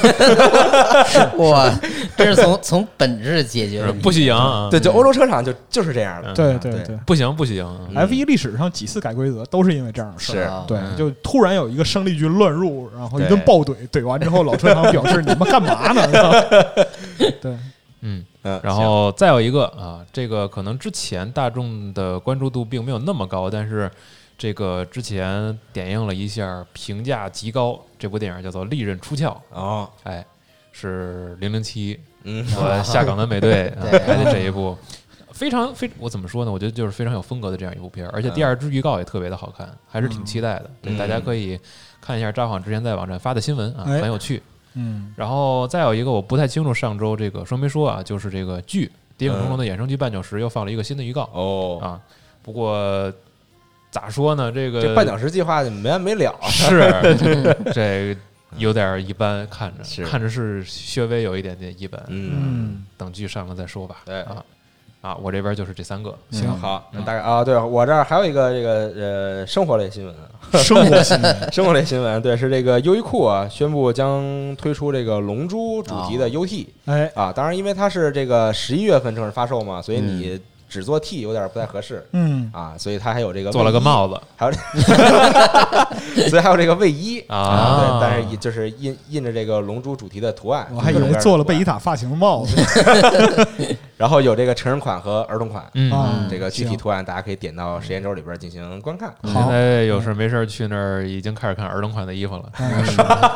哇，这是从从本质解决是问题不许赢啊！嗯对，就欧洲车厂就就是这样的。嗯对对对对。不行不许赢啊。嗯 F 一历史上几次改规则都是因为这样的事儿，是啊 对嗯，就突然有一个生力军乱入，然后一顿对暴怼，怼完之后，老车厂表示你们干嘛呢？ 是 吧对，嗯，嗯，然后再有一个啊，这个可能之前大众的关注度并没有那么高，但是这个之前点映了一下，评价极高。这部电影叫做《利刃出鞘》，行哦，哎，是零零七嗯，和下岗的美 队啊对拍的这一部，非常非我怎么说呢？我觉得就是非常有风格的这样一部片儿，而且第二支预告也特别的好看，还是挺期待的。对，嗯大家可以看一下扎晃之前在网站发的新闻啊，哎很有趣。嗯，然后再有一个我不太清楚上周这个说没说啊，就是这个剧《谍影重重》的衍生剧《半九十》又放了一个新的预告嗯哦，啊。不过咋说呢，这个这半小时计划就没完没了。啊是这有点一般，看着是看着是略微有一点点一般。嗯， 等剧上了再说吧。对啊啊，我这边就是这三个。嗯行，好，那大概啊，对我这儿还有一个这个呃生活类新 闻啊，生活新闻生活类新闻，对，是这个优衣库啊宣布将推出这个《龙珠》主题的 UT 哎，啊，当然因为它是这个十一月份正式发售嘛，所以你只做 T 有点不太合适嗯，啊，所以它还有这个做了个帽，帽子还有，所以还有这个 卫衣啊对，但是也就是印印着这个龙珠主题的图案，我还以各种为各样的做了图案贝伊塔发型帽子然后有这个成人款和儿童款，嗯啊，这个具体行图案大家可以点到实验周里边进行观看。嗯现好在有事没事儿去那儿已经开始看儿童款的衣服了。嗯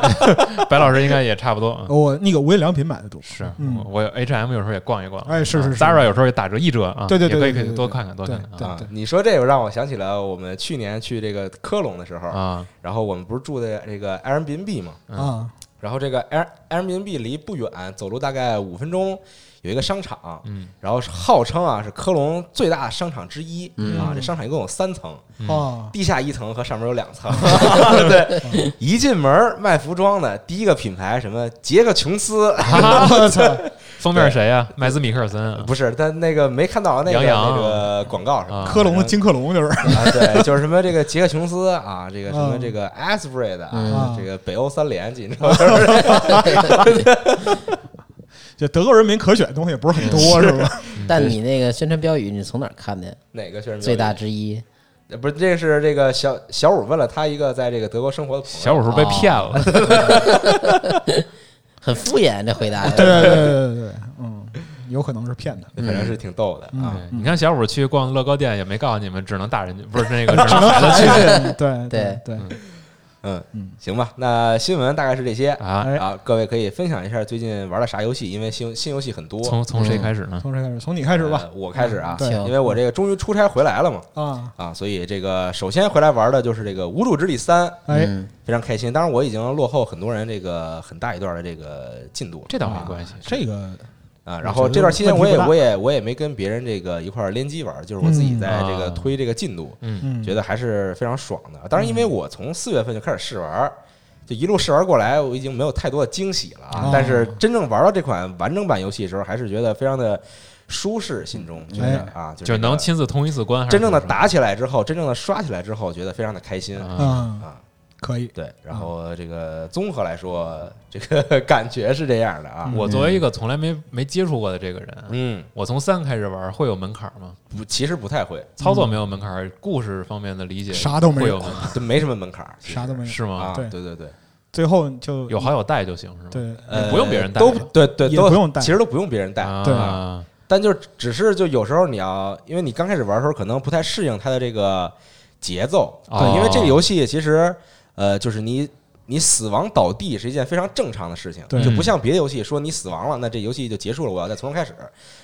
白老师应该也差不多。啊。我那个无印良品买的多，是嗯我我 H M 有时候也逛一逛，哎是是是，Zara 有时候也打折一折啊，对对也对可以可对对以对多看看多看看对啊啊，你说这个让我想起了我们去年去这个科隆的时候，啊，然后我们不是住在这个 Airbnb 嘛，嗯啊，然后这个 Air Airbnb 离不远，走路大概五分钟有一个商场，嗯然后是号称啊是科隆最大的商场之一、嗯啊，这商场一共有三层，啊，地下一层和上面有两 层，对，一进门卖服装的第一个品牌什么杰克琼斯， 我操，啊 封面谁呀？麦兹米克尔森啊，不是，但那个没看到那个杨洋那个广告是吧？啊科隆的金克隆就是啊，对，就是什么这个杰克琼斯啊，这个什么嗯这个嗯 Asprey 的啊，嗯这个北欧三连，你知道吗？就德国人民可选的东西不是很多，是吧？但你那个宣传标语你从哪儿看的呀？哪个确实最大之一，不是，这是这个小小五问了他一个在这个德国生活的朋友小五是不是被骗了，哦很敷衍这回答。 对对对对对，嗯，有可能是骗的。这嗯反正是挺逗的啊。嗯对嗯你看小五去逛乐高店也没告诉你们，只能大人不是那个，只 只能能 孩子去，对对对，嗯嗯，行吧，那新闻大概是这些啊。哎啊，各位可以分享一下最近玩了啥游戏，因为新新游戏很多。从从嗯谁开始呢？从谁开始？从你开始吧。呃我开始啊，嗯对因为我这个终于出差回来了嘛，啊，啊，所以这个首先回来玩的就是这个《无主之地三》，哎，嗯，非常开心。当然，我已经落后很多人这个很大一段的这个进度了这倒没关系，这个啊。我然觉后得这段期间，我也问题不大我也我也没跟别人这个一块儿联机玩，就是我自己在这个嗯啊推这个进度，嗯，嗯，觉得还是非常爽的。当然，因为我从四月份就开始试玩。就一路试玩过来，我已经没有太多的惊喜了啊！哦但是真正玩到这款完整版游戏的时候，还是觉得非常的舒适，心中觉得哎啊，就就是能这个亲自通一次关，还是真正的怎么打起来之后，真正的刷起来之后，觉得非常的开心说啊。啊，嗯，可以，对，然后这个综合来说，这个 感觉是这样的啊。我作为一个从来没没接触过的这个人，嗯，我从三开始玩会有门槛吗？不，其实不太会，操作没有门槛，故事方面的理解啥都没会有有，门槛就没什么门槛儿，其实啥都没有，是吗啊。？对对对对，最后就有好友带就行是吗？对，呃，不用别人带都是吧对对也都不用带其实都不用别人带。啊对但就是只是就有时候你要，因为你刚开始玩的时候可能不太适应它的这个节奏，哦对，因为这个游戏其实呃就是你。你死亡倒地是一件非常正常的事情，对嗯就不像别的游戏说你死亡了，那这游戏就结束了，我要再从头开始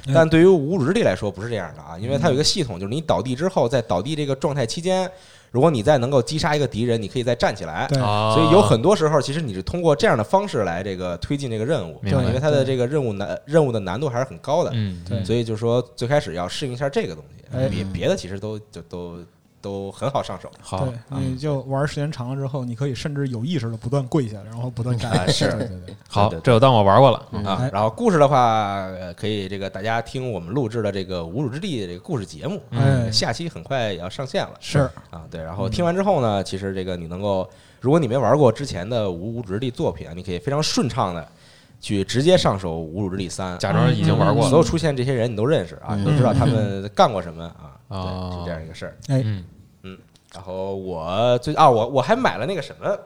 嗯。但对于无主之地来说不是这样的啊，因为它有一个系统，就是你倒地之后，在倒地这个状态期间，如果你再能够击杀一个敌人，你可以再站起来。对啊，所以有很多时候，其实你是通过这样的方式来这个推进这个任务，明白因为它的这个任务难任务的难度还是很高的。嗯，对所以就是说最开始要适应一下这个东西，哎别别的其实都就都都很好上手。好嗯对，，啊嗯你就玩时间长了之后，你可以甚至有意识的不断跪下，然后不断 站啊起来。是对对对，好对对，对这就当我玩过了。嗯啊哎，然后故事的话，呃可以这个大家听我们录制的这个《无主之地》的这个故事节目，哎，下期很快也要上线了是啊。对，然后听完之后呢，其实这个你能够，如果你没玩过之前的《无无主之地》作品啊，你可以非常顺畅的去直接上手《无主之地三》，啊假装已经玩过所了有出现这些人你都认识啊，嗯你都知道他们干过什么啊，哦对，是这样一个事儿。嗯，然后我最啊，我我还买了那个什么，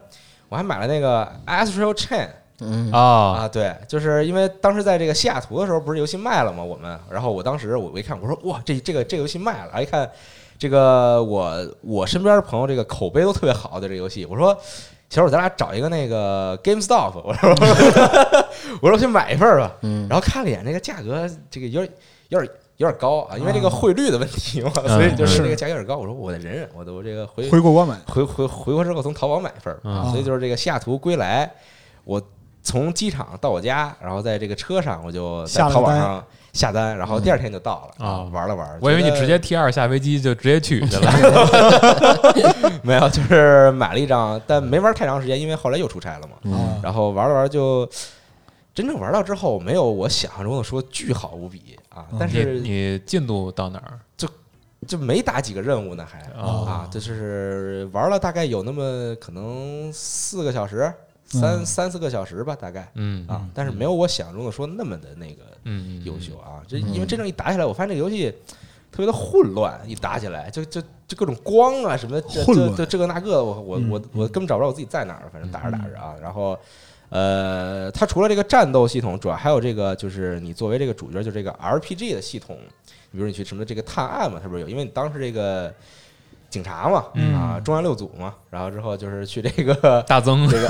我还买了那个 Astral Chain 嗯，啊，啊，对，就是因为当时在这个西雅图的时候，不是游戏卖了吗？我们，然后我当时我我一看，我说哇，这这个这个游戏卖了，然后一看这个我我身边的朋友这个口碑都特别好，对这个游戏，我说。小伙，咱俩找一个那个 GameStop，我说 我说去买一份儿吧，嗯然后看了一眼这个价格，这个有点有点有点高啊，因为这个汇率的问题嘛，嗯所以就是是这个价格有点高。我说我得忍忍，我得我这个回回过关门，回回回国之后从淘宝买一份儿啊，嗯所以就是这个西雅图归来，我从机场到我家，然后在这个车上我就在下了淘宝单上下单，然后第二天就到了啊玩了玩。我以为觉你得直接 T 二下飞机就直接去去了。 没有，就是买了一张，但没玩太长时间，因为后来又出差了嘛。嗯啊然后玩了玩就真正玩到之后，没有我想象中的说巨好无比啊，嗯但你是你进度到哪儿？就没打几个任务呢，还哦啊，就是玩了大概有那么可能四个小时，三嗯三四个小时吧，大概嗯啊，但是没有我想象中的说那么的那个嗯，嗯优秀。啊。这因为真正一打起来，我发现这个游戏特别的混乱，一打起来就就就各种光啊什么的，这混这乱这这个那个的，我我嗯我我根本找不着我自己在哪儿了，反正打着打着啊，然后。呃，它除了这个战斗系统，主要还有这个，就是你作为这个主角，就这个 RPG 的系统，比如你去什么这个探案嘛，它不是有？因为你当时这个警察嘛，嗯啊，中央六组嘛，然后之后就是去这个大增 这个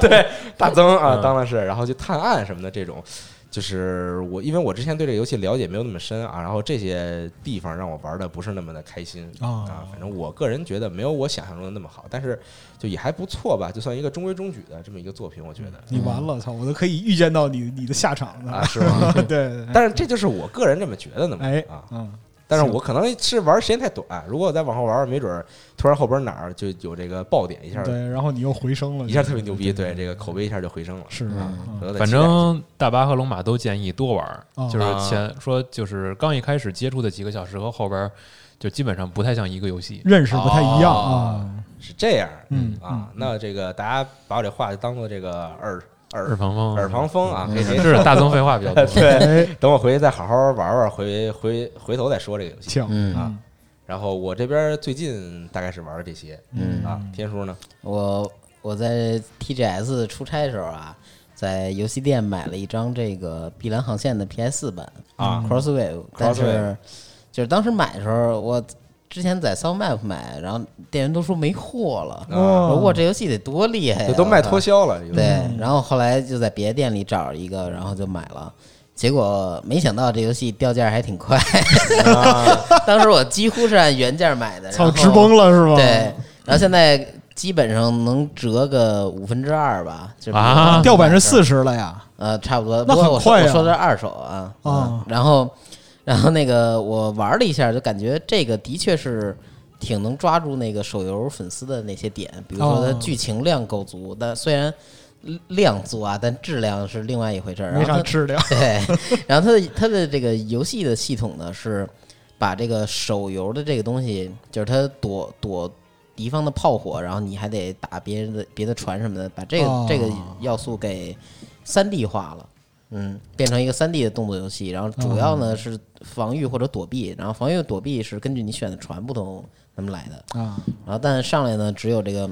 对大增啊，嗯当然是，然后去探案什么的这种，就是我因为我之前对这个游戏了解没有那么深啊，然后这些地方让我玩的不是那么的开心啊啊，，反正我个人觉得没有我想象中的那么好，但是就也还不错吧，就算一个中规中矩的这么一个作品，我觉得你完了，操，我都可以预见到你你的下场嗯了。啊，是吗？ 对对，对 但是这就是我个人这么觉得的嘛哎啊，嗯，但是我可能是玩时间太短，啊如果我再往后玩，没准儿突然后边哪儿就有这个爆点一下，对，然后你又回升了，一下特别牛逼，对这个口碑一下就回升了。是啊，嗯回头再反期待一下正大巴和龙马都建议多玩儿，哦啊就是前说就是刚一开始接触的几个小时和后边儿就基本上不太像一个游戏。认识不太一样哦啊。是这样，嗯啊嗯，那这个大家把我这话就当做这个耳耳耳旁风，哎耳旁风啊，可以。是大宗废话比较多 对，哎，等我回去再好好玩玩，回回回头再说这个游戏。请嗯啊然后我这边最近大概是玩了这些嗯啊，天叔呢？我我在 TGS 出差的时候啊，在游戏店买了一张这个《碧蓝航线》的 PS 版啊 Crosswave，但 Crosswave 是就是当时买的时候，我之前在 Soundmap 买，然后店员都说没货了，哦啊，我说哇，这游戏得多厉害呀、这都卖脱销。销了，这个对，然后后来就在别的店里找一个，然后就买了。结果没想到这游戏掉价还挺快， 啊当时我几乎是按原价买的，然操，后直崩了是吗？啊对，，嗯然后现在基本上能折个五分之二吧，就是啊掉百分之四，十了呀！呃，差不多。不那过很我说快我呀说的是二手啊，嗯啊然后然后那个我玩了一下，就感觉这个的确是。挺能抓住那个手游粉丝的那些点，比如说它哦剧情量够足，但虽然量足啊，但质量是另外一回事儿。然没后它啥质量， 对，然后它的它的这个游戏的系统呢是把这个手游的这个东西，就是它躲躲敌方的炮火，然后你还得打别人的别的船什么的，把这个、哦这个要素给三 D 化了。嗯，变成一个三 D 的动作游戏，然后主要呢是防御或者躲避，然后防御躲避是根据你选的船不同那么来的，啊，然后但上来呢只有这个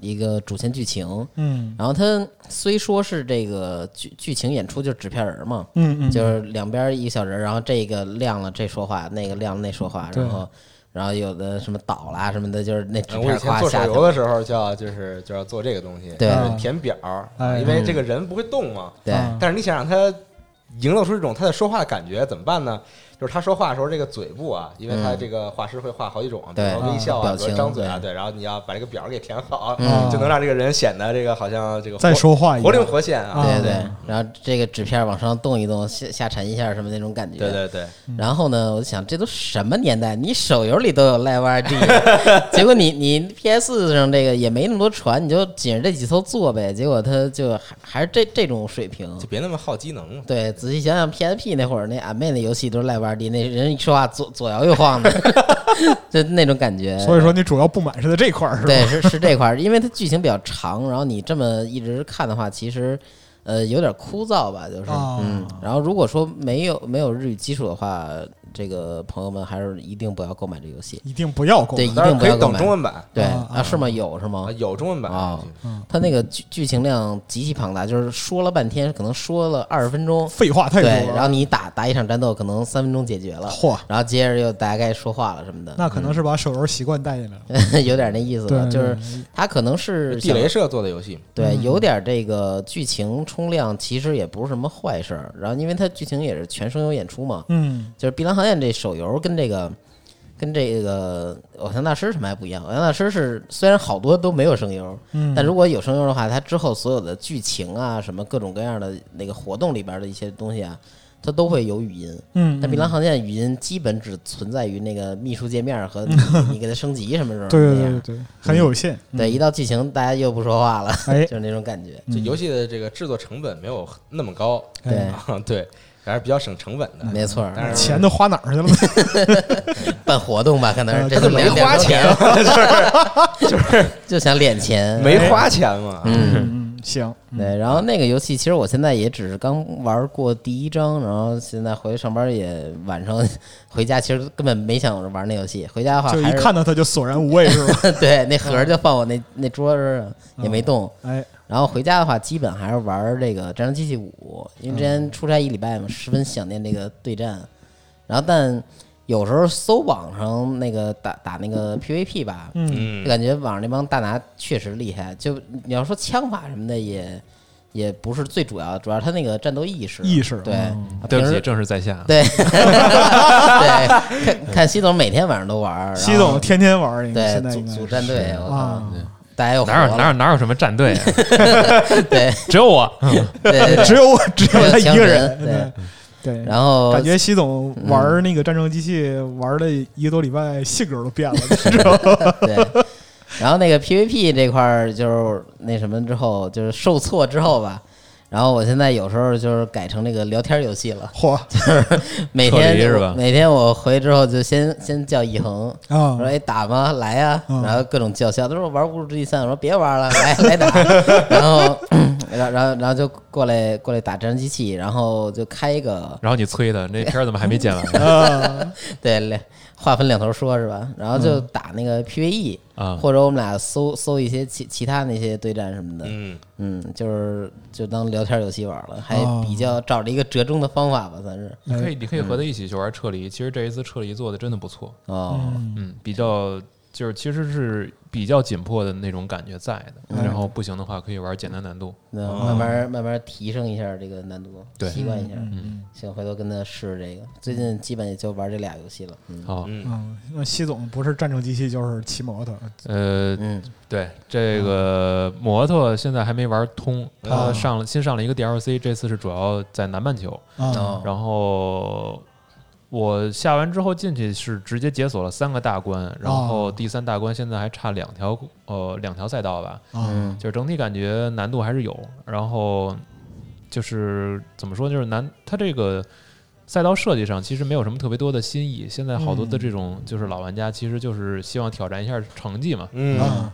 一个主线剧情，嗯然后它虽说是这个剧剧情演出就是纸片人儿嘛，嗯嗯，就是两边儿一个小人儿，然后这个亮了这说话，那个亮了那说话，对然后然后有的什么倒啦什么的，就是那纸呃片我儿以前夸做下手去游了。的时候，就要就是就要做这个东西，对就是填表儿，哎因为这个人不会动嘛。对，啊但是你想让他营造出这种他在说话的感觉，怎么办呢？就是他说话的时候，这个嘴部啊，因为他嗯这个画师会画好几种，比对嗯如说微笑啊，表比如说情张嘴啊，对对，然后你要把这个表儿给填好，嗯就能让这个人显得这个好像这个再活说话一活灵样，活现啊啊。对对，然后这个纸片儿往上动一动，下下沉一下什么那种感觉。对对对，然后呢，我就想这都什么年代，你手游里都有 Live RG，结果你你 PS 上这个也没那么多船，你就紧着这几艘做呗。结果它就还还是这这种水平，就别那么耗机能嘛。对，仔细想想，PSP 那会儿那俺妹那游戏都是赖玩的，那人一说话左左摇右晃的， 就那种感觉。所以说你主要不满是在这块儿是吧？对，是是这块儿，因为它剧情比较长，然后你这么一直看的话，其实呃有点枯燥吧，就是、啊嗯。然后如果说没有没有日语基础的话，这个朋友们还是一定不要购买这游戏。一定不要购对，买一当然定不可以要购等买。中文版对啊啊是吗？有是吗啊，？有中文版啊它那个剧剧情量极其庞大，就是说了半天，可能说了二十分钟，废话太多对，然后了。你打打一场战斗，可能三分钟解决了，嚯，然后接着又大概说话了什么的，那可能是把手游习惯带进来了。嗯 有点那意思对吧，，就是对嗯他可能是地雷想社做的游戏，对，有点这个剧情冲量，其实也不是什么坏事儿。然后因为它剧情也是全声优演出嘛，嗯，就是《碧蓝航线》这手游跟这个。跟这个偶像大师什么还不一样？偶像大师是虽然好多都没有声优，嗯但如果有声优的话，它之后所有的剧情啊、什么各种各样的那个活动里边的一些东西啊，它都会有语音。嗯，但《碧蓝航线》语音基本只存在于那个秘书界面和你你给它升级什么时候 对对那对样对对，很有限。对，一到剧情大家又不说话了，哎就是那种感觉。就游戏的这个制作成本没有那么高，对， 嗯啊，对，还是比较省成本的。没错儿，嗯但是钱都花哪儿去了？办活动吧，可能嗯是这都，没花钱，就想敛钱。没花钱嘛。嗯，嗯，行，对。然后那个游戏，其实我现在也只是刚玩过第一章，然后现在回去上班也晚上回家，其实根本没想玩那游戏。回家的话就一还是看到他就索然无味是吧？对那盒儿就放我那那桌上也没动。哎，然后回家的话，基本还是玩儿这个《战争机器五》，因为之前出差一礼拜嘛，十分想念这个对战。然后，但有时候搜网上那个打打那个 PVP 吧，嗯，嗯就，感觉网上那帮大拿确实厉害。就你要说枪法什么的也，也不是最主要，主要是他那个战斗意识。意识嗯对，啊对平不起，时正是在下。 对对，看看西总每天晚上都玩儿，然后西总天天玩儿，应该对现在应组该组是战队，我啊靠，，大家又哪有活哪有了哪有什么战队啊？ 对 只有我。对对对 只有我只有他一枪个人人，对对。然后感觉西总玩儿那个战争机器玩了一个多礼拜，性格都变了，你知道吗？ 对，然后那个 PVP 这块儿就是那什么之后，就是受挫之后吧。然后我现在有时候就是改成那个聊天游戏了，嚯每撤天离是吧每天我回之后就先先叫一恒，我说啊！哎打吗？来呀、嗯然后各种叫嚣，他说玩《巫术之地三》，我说别玩了，来来打。然后 然后然后然后就过来过来打真人机器，然后就开一个然后你催他，那片儿怎么还没剪完 啊，对两话分两头说是吧？然后就打那个 PVE，、嗯啊？或者我们俩搜搜一些其其他那些对战什么的，嗯，嗯，就是就当聊天游戏玩了，还哦比较找了一个折中的方法吧，算是你可以，你嗯可以和他一起去玩撤离。其实这一次撤离做的真的不错，哦，嗯，比较就是其实是比较紧迫的那种感觉在的。嗯然后不行的话，可以玩简单难度。那慢慢慢慢提升一下这个难度，哦对习惯一下。嗯行，回头跟他试试这个。最近基本也就玩这俩游戏了。嗯好，嗯嗯，那西总不是战争机器就是骑摩托，呃，嗯，对这个摩托现在还没玩通，嗯它啊上了新上了一个 DLC，这次是主要在南半球。啊哦，然后我下完之后进去是直接解锁了三个大关，然后第三大关现在还差两条呃两条赛道吧，啊嗯就是整体感觉难度还是有。然后就是怎么说，就是难，它这个赛道设计上其实没有什么特别多的新意。现在好多的这种就是老玩家，其实就是希望挑战一下成绩嘛。嗯，啊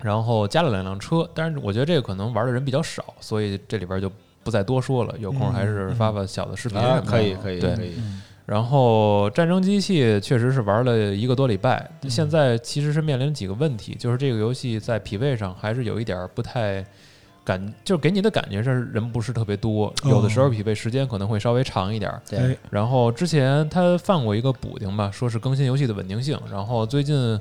然后加了两辆车，但是我觉得这个可能玩的人比较少，所以这里边就不再多说了。有空还是发发小的视频什么啊，的可以可以对可以，然后战争机器确实是玩了一个多礼拜，嗯现在其实是面临几个问题，就是这个游戏在匹配上还是有一点儿不太感，就是给你的感觉是人不是特别多，哦有的时候匹配时间可能会稍微长一点儿。对，哎然后之前他犯过一个补丁吧，说是更新游戏的稳定性，然后最近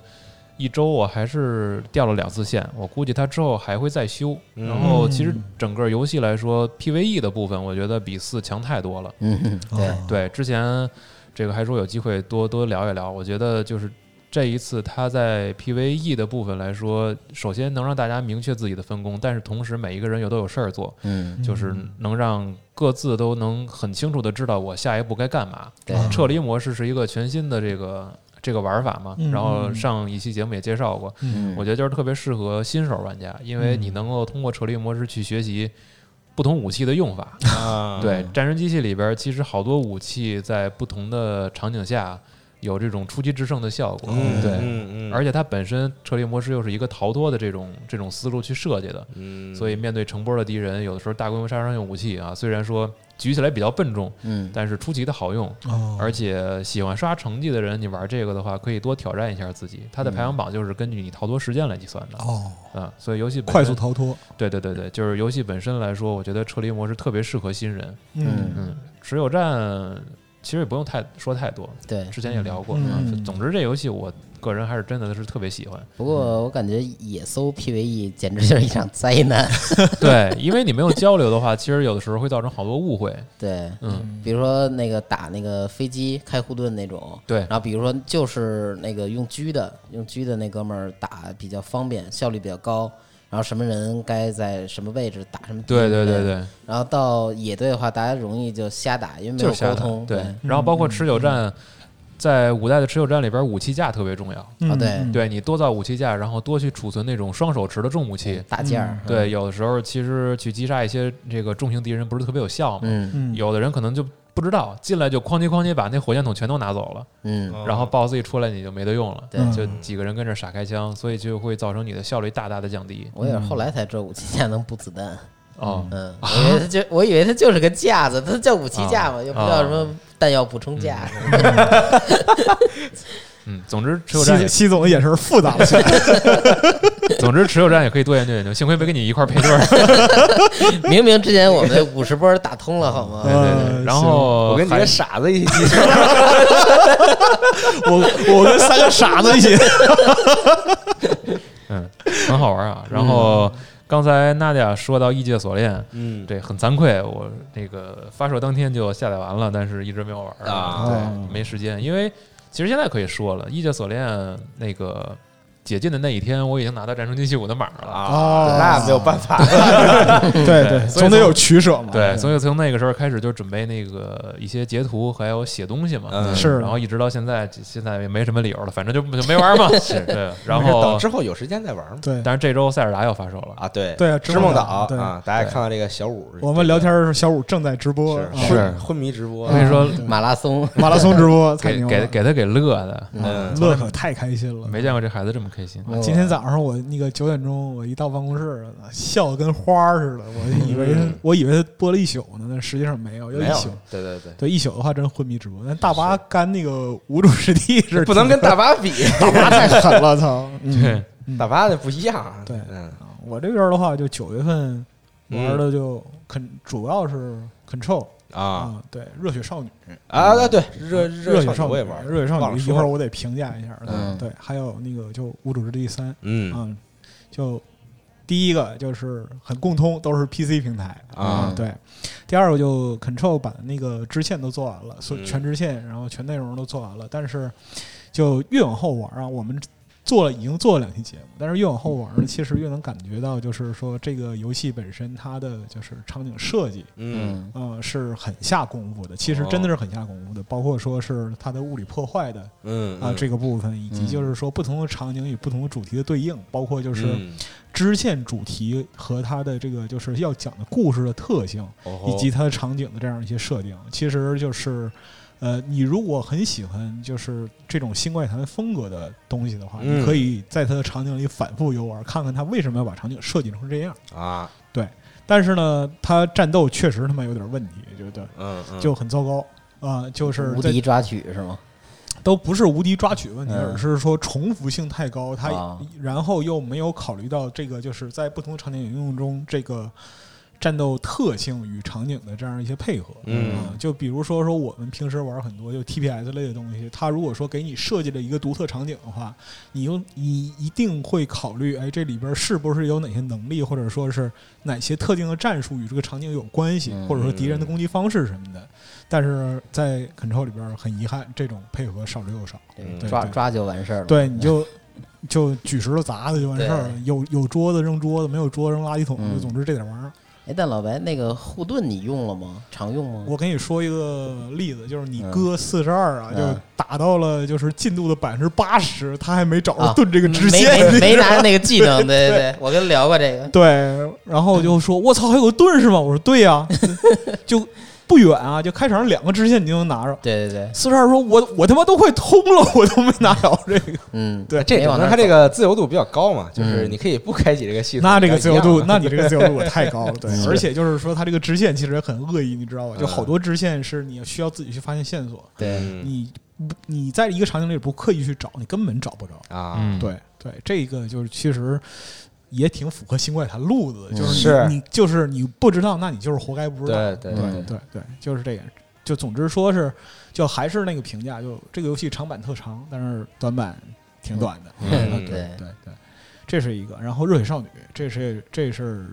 一周我还是掉了两次线，我估计他之后还会再修。嗯然后其实整个游戏来说，PVE 的部分我觉得比四强太多了。嗯，哼对，哦对，之前这个还说有机会多多聊一聊。我觉得就是这一次他在 PVE 的部分来说，首先能让大家明确自己的分工，但是同时每一个人又都有事儿做，嗯，就是能让各自都能很清楚的知道我下一步该干嘛。对，啊撤离模式是一个全新的这个这个玩法嘛嗯，然后嗯上一期节目也介绍过，嗯，我觉得就是特别适合新手玩家，因为你嗯能够通过撤离模式去学习不同武器的用法。啊，对，战争机器里边其实好多武器在不同的场景下有这种出奇制胜的效果，嗯，对。嗯嗯，而且它本身撤离模式又是一个逃脱的这种这种思路去设计的，嗯，所以面对成波的敌人，有的时候大规模杀伤性武器啊，虽然说举起来比较笨重，嗯，但是出奇的好用。哦而且喜欢刷成绩的人，你玩这个的话，可以多挑战一下自己。它的排行榜就是根据你逃脱时间来计算的哦，啊，所以游戏本身快速逃脱，对对对对，就是游戏本身来说，我觉得撤离模式特别适合新人。嗯嗯，持久战其实也不用太说太多，对。之前也聊过。嗯嗯总之这游戏我个人还是真的是特别喜欢。不过我感觉野搜 PVE 嗯简直就是一场灾 难。对，因为你没有交流的话，其实有的时候会造成好多误会。对，嗯，比如说那个打那个飞机开护盾那种，对然后比如说就是那个用狙的，用狙的那哥们儿打比较方便，效率比较高。然后什么人该在什么位置打什么？对对对。对，然后到野队的话，大家容易就瞎打，因为没就有是瞎沟打通。嗯对，然后包括持久战，在五代的持久战里边，武器架特别重要。啊对嗯对你多造武器架，然后多去储存那种双手持的重武器。大件儿。对，有的时候其实去击杀一些这个重型敌人不是特别有效嘛。嗯嗯有的人可能就不知道，进来就哐叽哐叽把那火箭筒全都拿走了，嗯，哦然后 BOSS 一出来你就没得用了，对就几个人跟着傻开枪，所以就会造成你的效率大大的降低。我也是后来才知道武器架能补子弹。哦，嗯，啊我以为它就我以为它就是个架子，它叫武器架嘛，又不啊叫什么弹药补充架。嗯，总之持久战西也，西总也是复杂的，总之持久战也可以多研究研究，幸亏没跟你一块儿配对儿。 明明之前我们五十波打通了，好对吗？对对，嗯然后我跟几还个傻子 一起，我我跟三个傻子一起，嗯，很好玩啊。然后刚才娜姐说到《异界锁链》，嗯，对，很惭愧，我那个发售当天就下载完了，但是一直没有玩儿啊哦对，没时间，因为其实现在可以说了，《异界锁链》那个解禁的那一天，我已经拿到《战争机器五》的码儿了。啊那没有办法， 对对，所以总得有取舍嘛。对，所以从那个时候开始就准备那个一些截图，还有写东西嘛，嗯是然后一直到现在，现在也没什么理由了，反正就就没玩儿嘛。是，对。然没事等后，之后有时间再玩嘛。对但是这周塞尔达要发售了，啊，对对啊织织梦梦岛岛对啊，大家也看到这个小五，我们聊天的时候，小五正在直播，是啊是昏昏迷直播我，跟你说， 马拉松， 马拉松直播，太给牛给了，给他给乐的，嗯，乐可太开心了。啊没见过这孩子这么开心。今天早上我那个九点钟，我一到办公室，啊笑得跟花儿似的。我以为嗯我以为他播了一宿呢，但实际上没有，要没一有宿。，对对对。对，一宿的话真昏迷直播。但大巴干那个无主之地是不能跟大巴比，大巴太狠了，操！嗯，嗯 大巴的不一样。对嗯，我这边的话，就九月份嗯玩的就肯，主要是 Control 啊啊，对，热血少女，啊，对对，热热血少少女我也玩儿，嗯热血少忘女了一说会儿了我得评价一下。嗯对，对还有那个就无主之地三，嗯嗯，就第一个就是很共通，都是 PC 平台啊对。第二个就 Control 把那个支线都做完了，所以嗯全支线，然后全内容都做完了。但是就越往后玩啊，我们做了已经做了两期节目，但是越往后玩呢，其实越能感觉到，就是说这个游戏本身它的就是场景设计。嗯嗯呃，是很下功夫的，其实哦真的是很下功夫的，包括说是它的物理破坏的嗯啊、这个部分，以及嗯就是说不同的场景与不同的主题的对应，包括就就是支线主题和它的这个就是要讲的故事的特性，哦以及它的场景的这样一些设定，其实就是，呃，你如果很喜欢就是这种新怪谈风格的东西的话，嗯你可以在它的场景里反复游玩，看看它为什么要把场景设计成这样。啊但是呢，它战斗确实他妈有点问题，觉得嗯嗯就很糟糕啊、就是无在敌抓取是吗？都不是无敌抓取问题，嗯而是说重复性太高，它、啊然后又没有考虑到这个就是在不同场景应用中这个战斗特性与场景的这样一些配合。嗯啊就比如说说我们平时玩很多就 TPS 类的东西，它如果说给你设计了一个独特场景的话，你用你一定会考虑，哎，这里边是不是有哪些能力，或者说是哪些特定的战术与这个场景有关系，嗯或者说敌人的攻击方式什么的。但是在 Control 里边，很遗憾，这种配合少之又少。嗯抓对对抓就完事儿了。对，你 就就举石头砸的就完事儿了对。有有桌子扔桌子，没有桌子扔垃圾桶。嗯就总之这点玩意儿。哎，但老白那个护盾你用了吗？常用吗？我给你说一个例子，就是你嗯哥四十二啊，嗯就打到了就是进度的百分之八十，他还没找着啊盾这个支没线。没没拿那个技能， 对对对，我跟聊过这个。对，然后就说：“我操，还有个盾是吗？”我说：“对呀、 就不远啊，就开场两个支线你就能拿着。对对对”，四十二说：“我我他妈都快通了，我都没拿着这个。”嗯，对没这种往那呢儿它这个自由度比较高嘛，就是嗯你可以不开启这个系统，那这个自由一度，样那你这个自由度也太 高了，对是。而且就是说，它这个支线其实也很恶意，你知道吧？就好多支线是你需要自己去发现线索，对，嗯你不你在一个场景里不刻意去找，你根本找不着。啊，嗯，对对，这个就是其实。也挺符合新怪谈路子的，嗯就是你是你就是你不知道，那你就是活该不知道。对对对对对对，就是这个。就总之说是，就还是那个评价，就这个游戏长板特长，但是短板挺短的。啊嗯对对对，这是一个。然后《热血少女》，这是这是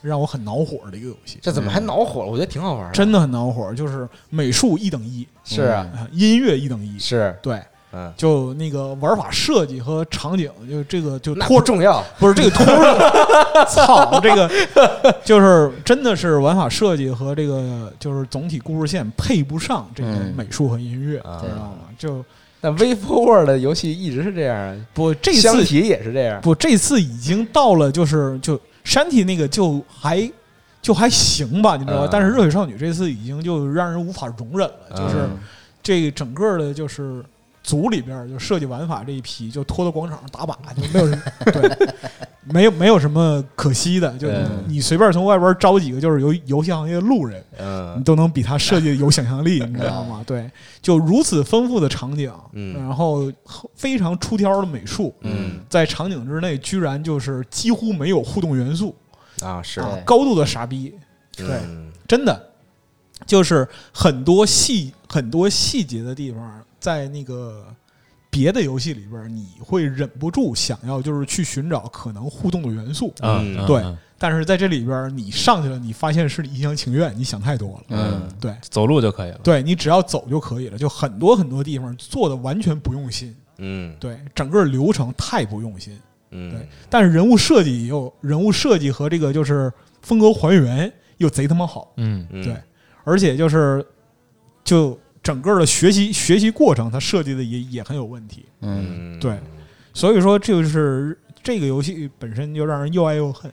让我很恼火的一个游戏，这怎么还啊恼火了？我觉得挺好玩的，嗯真的很恼火。就是美术一等一，是啊啊音乐一等一，是对，嗯，就那个玩法设计和场景，就这个就那拖不重要，不是这个拖着， 操，这个就是真的是玩法设计和这个就是总体故事线配不上这个嗯美术和音乐，啊你知道吗？就那 V Four World 的游戏一直是这样，不这箱次体也是这样，不这次已经到了就是就山体那个就还就还行吧，你知道吧嗯？但是热血少女这次已经就让人无法容忍了，就是嗯这个整个的就是。组里边儿就设计玩法这一批，就拖到广场上打靶，就没有人 对，没有没有什么可惜的，就对你随便从外边招几个就是游游戏行业的路人，你嗯都能比他设计的有想 象力，你知道吗？对，就如此丰富的场景，嗯然后非常出挑的美术，嗯在场景之内居然就是几乎没有互动元素，啊是啊对嗯高度的傻逼，对嗯真的就是很多细很多细节的地方，在那个别的游戏里边儿，你会忍不住想要就是去寻找可能互动的元素，嗯对但是在这里边儿，你上去了，你发现是你一厢情愿，你想太多了，嗯对。走路就可以了。对你只要走就可以了，就很多很多地方做的完全不用心，嗯对整个流程太不用心，嗯对但是人物设计也有人物设计和这个就是风格还原又贼他妈好，嗯，嗯对，而且就是就整个的学习学习过程，它设计的也也很有问题。嗯，嗯对所以说，这就是这个游戏本身就让人又爱又恨。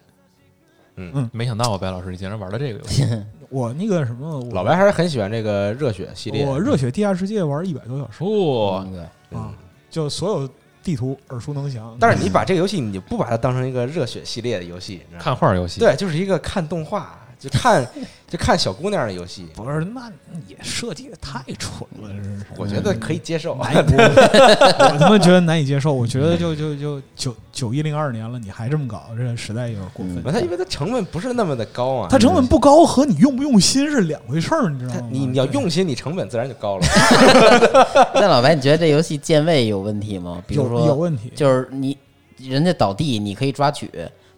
嗯没想到啊白老师你竟然玩了这个游 戏， 我那个什么，我老白还是很喜欢这个热血系列，我热血地下世界玩一百多小时哇，嗯对啊嗯，就所有地图耳熟能详。但是你把这个游戏，你不把它当成一个热血系列的游戏，你知道吗看画儿游戏，，对，就是一个看动画，就 看就看小姑娘的游戏，不是，那也设计的太蠢了，真是。我觉得可以接受。难以，我我他妈觉得难以接受。我觉得就就就九九一零二年了，你还这么搞，这实在有点过分。它因为它成本不是那么的高啊，它成本不高和你用不用心是两回事儿，你知道它吗？你你要用心，你成本自然就高了。嗯 但老白，你觉得这游戏键位有问题吗？比有如有说，问题，就是你人家倒地，你可以抓取，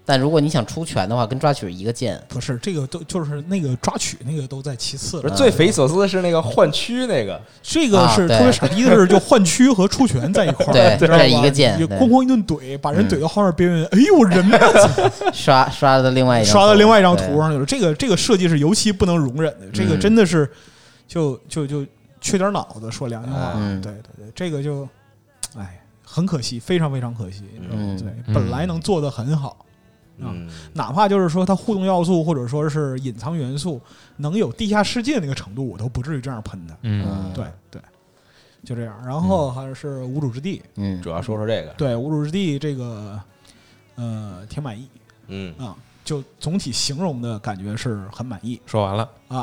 但如果你想出拳的话，跟抓取一个键。 不是这个都就是那个抓取那个都在其次不了是。最匪夷所思的是那个换区那个，这个是啊对特别傻逼的是，就换区和出拳在一块儿，对知道吧这一个键就对哐哐一顿怼，把人怼到后面边缘，哎呦人呢刷刷到另外一张图，刷到另外一张对图上去了。这个这个设计是尤其不能容忍的，这个嗯真的是就就就缺点脑子，说良心话，嗯对对对，这个就哎很可惜，非常非常可惜，嗯对，嗯本来能做得很好。嗯，哪怕就是说它互动要素或者说是隐藏元素能有地下世界那个程度，我都不至于这样喷它。嗯，对对，就这样。然后还是无主之地，嗯主要说说这个，对无主之地这个，呃，挺满意嗯啊。就总体形容的感觉是很满意说完了，啊，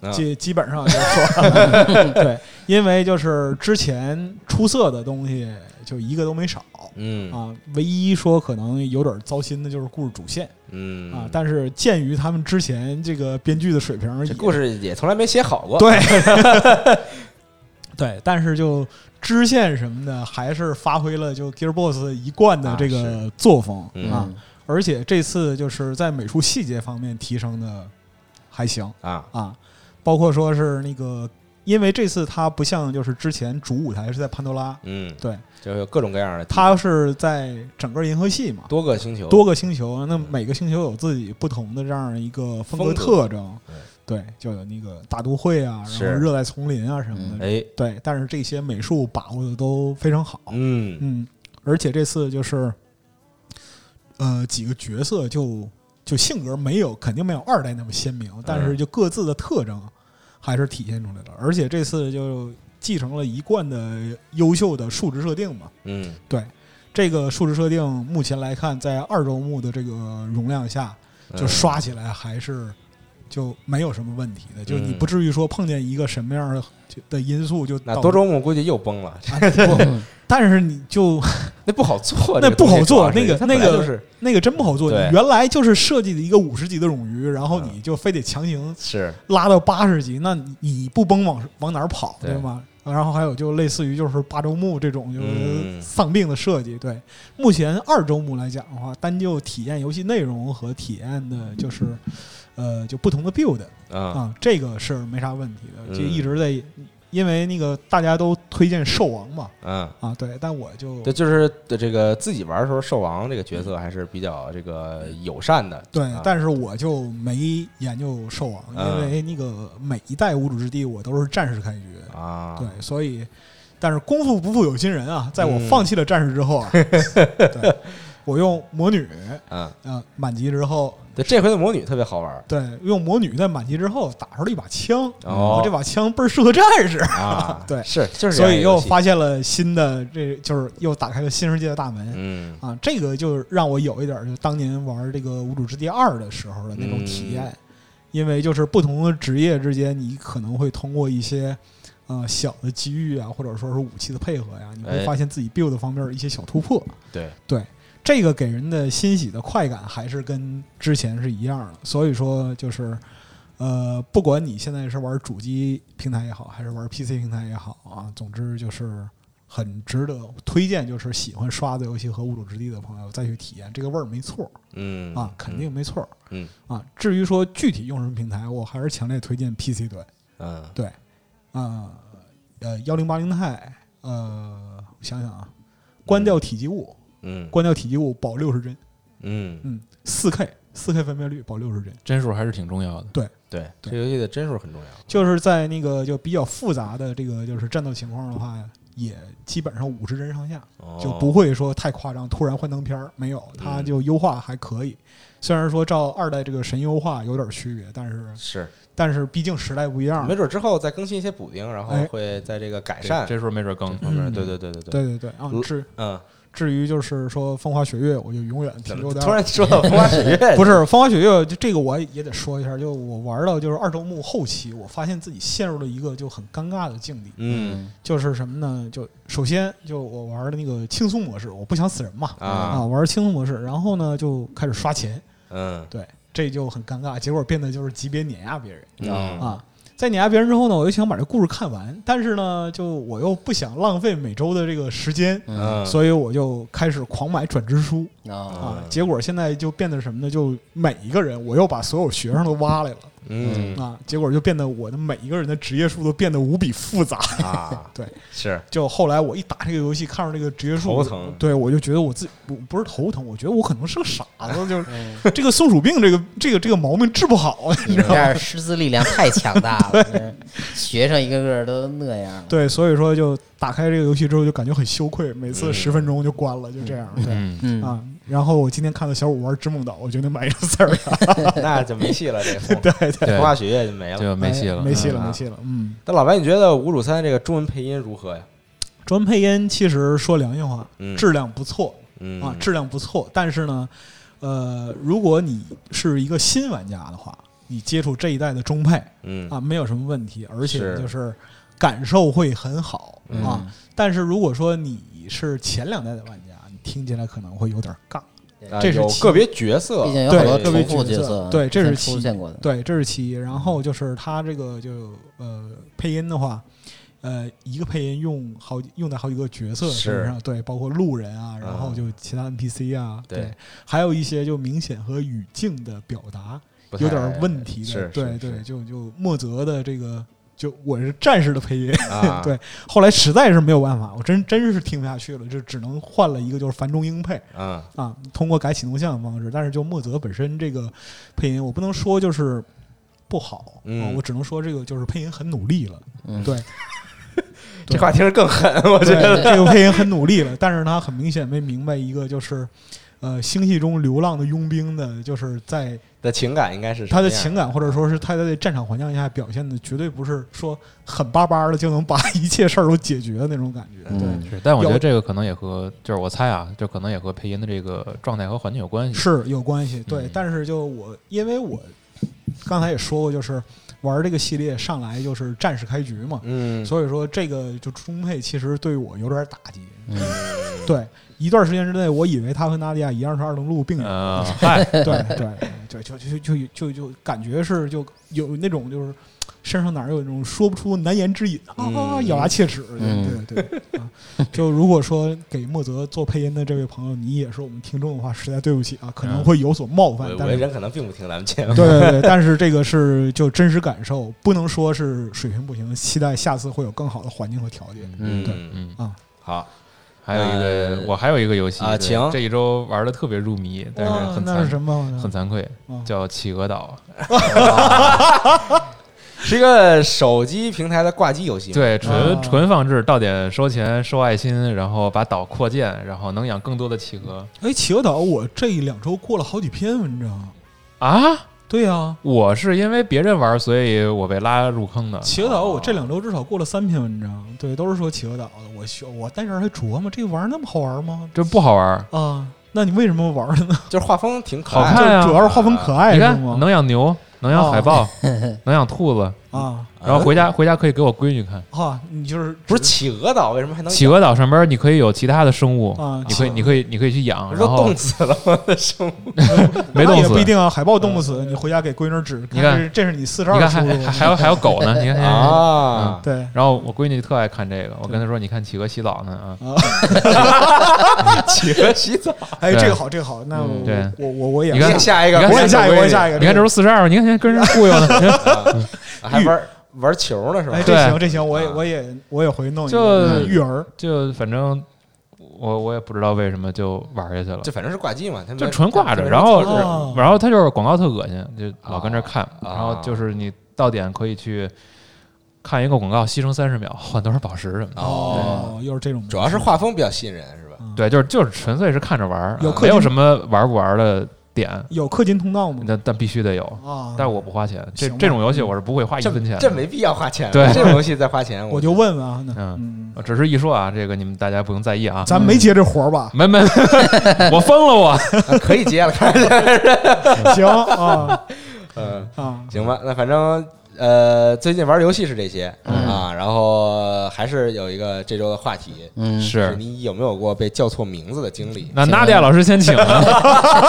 啊基基本上就说 完了对，因为就是之前出色的东西就一个都没少嗯啊，唯一说可能有点糟心的就是故事主线。嗯啊，但是鉴于他们之前这个编剧的水平，这故事也从来没写好过。对对，但是就支线什么的，还是发挥了就 Gearbox 一贯的啊这是个作风嗯啊，而且这次就是在美术细节方面提升的还行啊，啊，包括说是那个，因为这次它不像就是之前主舞台是在潘多拉，嗯，对，就有各种各样的，它是在整个银河系嘛，多个星球，多个星球，那每个星球有自己不同的这样一个风风格格特征，对，就有那个大都会啊，然后是热带丛林啊什么的，哎，对。但是这些美术把握的都非常好，嗯嗯，而且这次就是，呃，几个角色就就性格没有肯定没有二代那么鲜明，但嗯是就各自的特征还是体现出来了，而且这次就继承了一贯的优秀的数值设定嘛，嗯对，这个数值设定目前来看，在二周目的这个容量下，就嗯刷起来还是就没有什么问题的，就你嗯不至于说碰见一个什么样的的因素就那导多周目估计又崩了， 啊不，但是你就那不好做，这那个东西不好做主要是那个它本来那个就是那个真不好做。对嗯你原来就是设计的一个五十级的冗余，然后你就非得强行是拉到八十级，那你你不崩往往哪儿跑，对对吗？然后还有就类似于就是八周目这种就是嗯丧病的设计，对。目前二周目来讲的话，单就体验游戏内容和体验的就是呃就不同的 build 啊，啊，这个是没啥问题的，嗯就一直在因为那个大家都推荐兽王嘛嗯，啊，对，但我就对，就是这个自己玩的时候，兽王这个角色还是比较这个友善的，对啊，但是我就没研究兽王，嗯因为那个每一代无主之地我都是战士开局，啊，嗯对，所以，但是功夫不负有心人啊，在我放弃了战士 之后啊，对我用魔女嗯，呃满级之后，对，这回的魔女特别好玩儿对，用魔女在满级之后打出了一把枪，哦这把枪倍儿适合战 士，，啊 对是就是这所样一以个游又戏发现了新的，这就是又打开了新世界的大门。嗯啊，这个就让我有一点儿就当年玩这个《无主之地二》的时候的那种体嗯验，因为就是不同的职业之间，你可能会通过一些呃小的机遇啊，或者说是武器的配合呀，你会哎发现自己 build 方面儿一些小突破。对，对，这个给人的欣喜的快感还是跟之前是一样的。所以说，就是呃，不管你现在是玩主机平台也好，还是玩 PC 平台也好啊，总之就是很值得推荐，就是喜欢刷子游戏和《无主之地》的朋友再去体验，这个味儿没错嗯啊，肯定没错。嗯啊，至于说具体用什么平台，我还是强烈推荐 PC 端。嗯对，啊，呃，幺零八零钛，呃，我想想啊，关掉体积物，嗯关掉体积物保六十帧，嗯嗯，嗯，四 K 四 K 分辨率保六十帧，帧数还是挺重要的。对，对这游戏的帧数很重要，就是在那个就比较复杂的这个就是战斗情况的话，也基本上五十帧上下，哦嗯就不会说太夸张，突然幻灯片儿没有，它就优化还可以。虽然说照二代这个神优化有点区别，但是是，但是毕竟时代不一样没了。准之后再更新一些补丁，然后啊哎会在这个改这善这时候没准更这方面。嗯对对对对对，对对对啊嗯，至嗯，至于就是说风花雪月，我就永远停留在呃突然说到风花雪月， 不是风花雪月，就这个我也得说一下，就我玩到就是二周目后期，我发现自己陷入了一个就很尴尬的境地，嗯就是什么呢？就首先就我玩的那个轻松模式，我不想死人嘛，啊啊，玩轻松模式，然后呢就开始刷钱，嗯对，这就很尴尬，结果变得就是级别碾压别人嗯啊。在碾压别人之后呢，我又想把这故事看完，但是呢，就我又不想浪费每周的这个时间，嗯，啊所以我就开始狂买转支书。啊，啊，嗯结果现在就变得什么呢？就每一个人，我又把所有学生都挖来了嗯啊，结果就变得我的每一个人的职业树都变得无比 复杂。啊，对，是就后来我一打这个游戏，看着这个职业树，头疼对我就觉得我自己不不是头疼，我觉得我可能是个傻子，就是嗯 这个松鼠病这个 这个这个毛病治 不好。你们这儿师资力量太强大了，就是学生一个个都那样了。对，所以说就打开这个游戏之后就感觉很羞愧，每嗯次十分钟就关了，就这样。对。嗯，嗯，啊，然后我今天看到小五玩《织梦岛》，我决定买一个 字儿， 那就没戏了， 这风对对，对风花雪月就没了。就没戏了，哎没戏嗯了，嗯没戏了，嗯。但老白，你觉得《五主三》这个中文配音如何呀？中文配音其实说良心话，嗯质量不错嗯啊，质量不错。但是呢，呃，如果你是一个新玩家的话，你接触这一代的中配嗯啊，没有什么问题，而且是就是感受会很好嗯啊。但是如果说你是前两代的玩家，你听起来可能会有点尬。啊这是有其个别角色，毕竟有好多对特重别复角色色，对这是其出现过的。对，这是其一。然后就是它这个就呃配音的话。呃，一个配音用好几用在好几个角色身上，对，包括路人啊，然后就其他 NPC 啊，对还有一些就明显和语境的表达不太有点问题的，是对是对，是 就就莫泽的这个，就我是战士的配音， 啊，对后来实在是没有办法，我真真是听不下去了，就只能换了一个就是樊中英配，嗯啊，通过改启动项的方式，但是就莫泽本身这个配音，我不能说就是不好，嗯啊，我只能说这个就是配音很努力了，嗯对，这话听着更狠， 我觉对得。这个配音很努力了，但是他很明显没明白一个就是。呃，星系中流浪的佣兵的，就是在的情感应该是什他么的样情感，或者说是他在战场环境下表现的，绝对不是说狠巴巴的就能把 一切事儿都解决的那种感觉。嗯是，但我觉有得这个可能也和就是我猜啊，这可能也和配音的这个状态和环境有关系。是有关系，对。嗯但是就我，因为我刚才也说过，就是玩这个系列上来就是战士开局嘛，嗯，所以说这个就中配其实对我有点打击。嗯对，一段时间之内，我以为他和娜迪亚一样是二等路病人，呃，嗨， 对对对，就就就就就就感觉是就有那种就是身上哪儿有那种说不出难言之隐啊，嗯咬牙切齿，嗯对对对啊。就如果说给莫泽做配音的这位朋友，你也是我们听众的话，实在对不起啊，可能会有所冒犯我，我但这是。人可能并不听咱们节目。对对对，但是这个是就真实感受，不能说是水平不行，期待下次会有更好的环境和条件。嗯对嗯，嗯，好，还有一个呃，我还有一个游戏啊对请这一周玩的特别入迷，但是哇很哦啊那是惭什么？很惭愧，嗯叫《企鹅岛是一个手机平台的挂机游戏》。嘛。对，纯啊纯放置，到点收钱收爱心，然后把岛扩建，然后能养更多的企鹅哎，企鹅岛，我这两周过了好几篇文章。啊！对呀、我是因为别人玩，所以我被拉入坑的。企鹅岛，我这两周至少过了三篇文章，对，都是说企鹅岛的。我学我当时还琢磨，这玩意儿那么好玩吗？这不好玩，啊，那你为什么玩呢？ 就是画风挺可好爱看就的，啊主要是画风可爱你是看吗？能养牛，能养哦海 豹，能养兔子，啊然后回家回家可以给我闺女看。啊，你就是不是企鹅岛为什么还能企鹅岛上边你可以有其他的生物，啊？你可以企你可以你可以去养，不是然都后冻死了 吗？的生物没那冻也死嗯不。一定啊，海豹冻不死，你回家给闺女指，你看这是这是你四十你二看叔还叔还还有还有狗呢，你看。啊，对然后我闺女特爱看这个，我跟她说：“你看企鹅洗澡呢啊。” 啊，企鹅洗澡，哎，对嗯这个好，这个好，那我对我我我也你看我下一个，你看也下一个，我也下一个，你看这个都四十二，你看现在跟 人忽悠呢， 个，还玩玩球呢是吧哎，？这嗯对行这行，我也啊我也我也回弄一就个育儿就反正我我也不知道为什么就玩下去了这，反正是挂机嘛，它没就纯挂着，它没然后操作然后他就是广告特恶心，就老跟这看，嗯啊然后就是你到点可以去看一个广告牺牲三十秒换多少宝石什么的。哦，哦，又是这种模式，主要是画风比较吸引人，是吧？嗯对，就是就是纯粹是看着玩儿，有啊氪没有金什么玩不玩的点，有氪金通道吗？但但必须得嗯有。啊，但是我不花钱，这行吧这种游戏我是不会花一这分钱的。嗯啊这没必要花钱了，对这种游戏再花钱，我就问问啊，那嗯嗯，我只是一说啊，这个你们大家不用在意啊。咱没接这活儿吧？没 没，我疯了我。啊可以接 了， 看着，行啊嗯。啊，行吧，那反正呃，最近玩游戏是这些、嗯啊，然后还是有一个这周的话题，嗯，是，你有没有过被叫错名字的经历？那娜迪亚老师先请啊。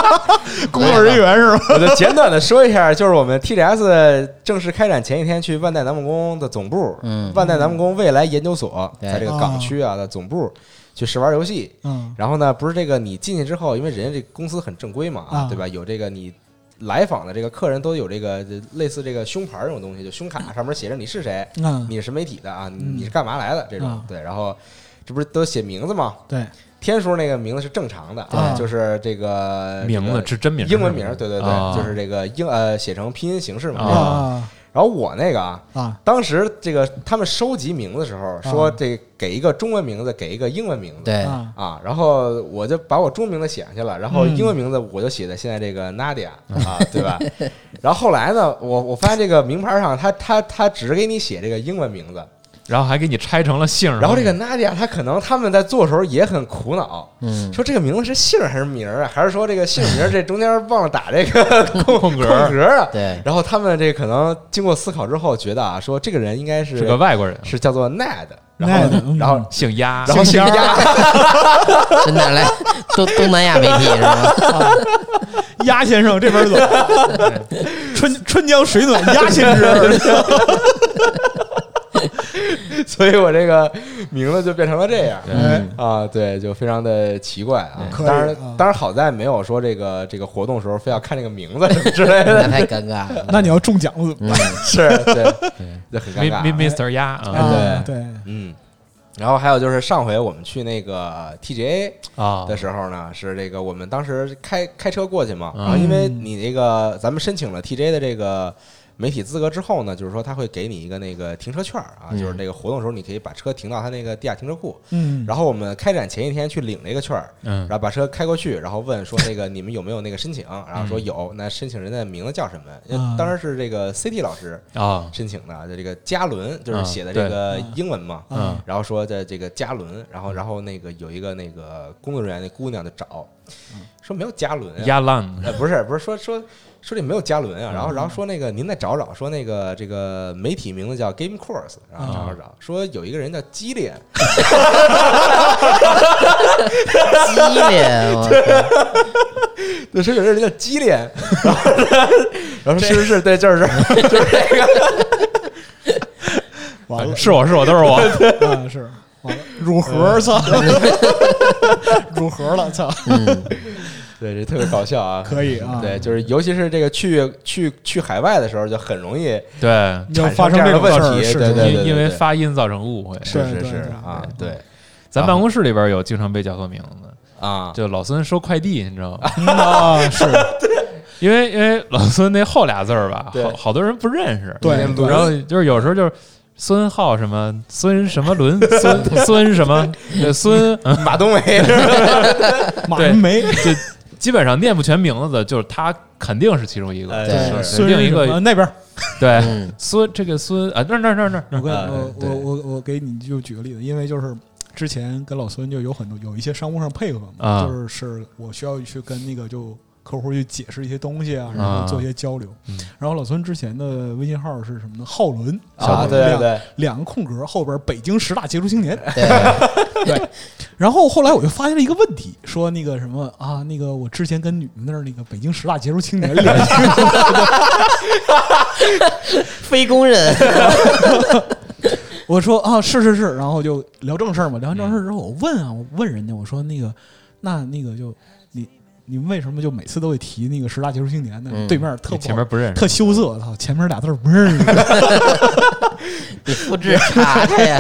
工作人员是吧？我就简短的说一下，就是我们 TGS 正式开展前一天去万代南梦宫的总部，嗯万代南梦宫未来研究所对在这个港区啊的总部去试玩游戏。嗯然后呢，不是这个你进去之后，因为人家这公司很正规嘛，啊对吧？有这个你来访的这个客人都有这个类似这个胸牌儿这种东西，就胸卡上面写着你是谁，嗯，你是什么媒体的啊？你嗯你是干嘛来的？这种啊对，然后这不是都写名字吗？对，天叔那个名字是正常的，啊对就是这个名字这是真个名，英文名，对对啊对，就是这个英呃写成拼音形式嘛。啊这种啊然后我那个啊，啊当时这个他们收集名字的时候啊说这给一个中文名字，给一个英文名字。对，啊啊，然后我就把我中文名字写上去了，然后嗯英文名字我就写在现在这个 Nadia 啊，对吧？然后后来呢，我我发现这个名牌上他他他只给你写这个英文名字，然后还给你拆成了姓儿。然后这个 Nadia 她可能他们在做的时候也很苦恼，嗯，说这个名字是姓儿还是名儿啊？还是说这个姓名儿这中间忘了打这个空空格空儿格儿啊？对，然后他们这可能经过思考之后，觉得啊，说这个人应该是是个外国人，是叫做 Nad，然后 Ned，嗯然后啊姓鸭。然后姓鸭， 真的来东东南亚媒体是吧？ 鸭先生这边走，春春江水暖鸭先 知，所以我这个名字就变成了这样。哎啊，对，就非常的奇怪啊！可以当然啊，当然好在没有说这个这个活动时候非要看这个名字什么之类的，那太尴尬了。那你要中奖了怎嗯么办？是对，就很尴尬啊。 Mi Mi Mr. 鸭啊啊对对，嗯，然后还有就是上回我们去那个 TGA 啊的时候呢，是这个我们当时开开车过去嘛，嗯然后因为你这个咱们申请了 TGA 的这个。媒体资格之后呢，就是说他会给你一个那个停车券啊，嗯就是那个活动的时候你可以把车停到他那个地下停车库。嗯，然后我们开展前一天去领这个券，嗯然后把车开过去，然后问说那个你们有没有那个申请，然后嗯说有，那申请人的名字叫什么？因为啊当时是这个 CT 老师啊申请的，就这个嘉伦，就是啊写的对这个英文嘛，嗯然后说的这个嘉伦，然嗯后然后那个有一个那个工作人员那姑娘就找，嗯说没有嘉伦啊，鸭浪呃不是不是说说说这没有嘉伦啊，嗯然后然后说那个您再找找，说那个这个媒体名字叫 Game Course，然啊后找找找，说有一个人叫激烈，激烈，啊我操对，说有一个人叫激烈， 然后然后说是是是，对，就是就是这个，完了是我是我都是我。啊是 完了，乳盒操，乳盒了操，嗯对，这特别搞笑啊，可以啊对，就是尤其是这个去去去海外的时候，就很容易 对，要发生这种事儿产生这样的问题是对对因因为发音造成误会。是是是对是对啊，对咱办公室里边有经常被叫错名字，啊，就老孙收快递，你知道吗？ 嗯啊是， 因为因为老孙那后俩字儿吧，对好好多人不认识。对那轮然后就是有时候就是孙浩什么孙什么伦 孙孙什么对孙，嗯马冬梅是吧马云梅，就基本上念不全名字，就是他肯定是其中一个。哎对是孙另一个什么那边儿，对，嗯孙这个孙啊，那儿那儿那儿那儿那儿我跟啊我对我我我给你就举个例子，因为就是之前跟老孙就有很多有一些商务上配合嘛，啊就是是我需要去跟那个就客户去解释一些东西啊，然啊后做一些交流。嗯然后老孙之前的微信号是什么呢？浩伦啊，对对两对，两个空格后边北京十大杰出青年。 对，然后后来我就发现了一个问题，说那个什么啊，那个我之前跟你们那儿那个北京十大杰出青年联系，非工人，我说啊，是是是，然后就聊正事儿嘛。聊完正事嗯儿之后，我问啊，我问人家，我说那个，那那个就你你为什么就每次都得提那个十大杰出青年呢？嗯对面特你不前面不认识特羞涩，操，前面俩字儿不 认识。你复制查查呀，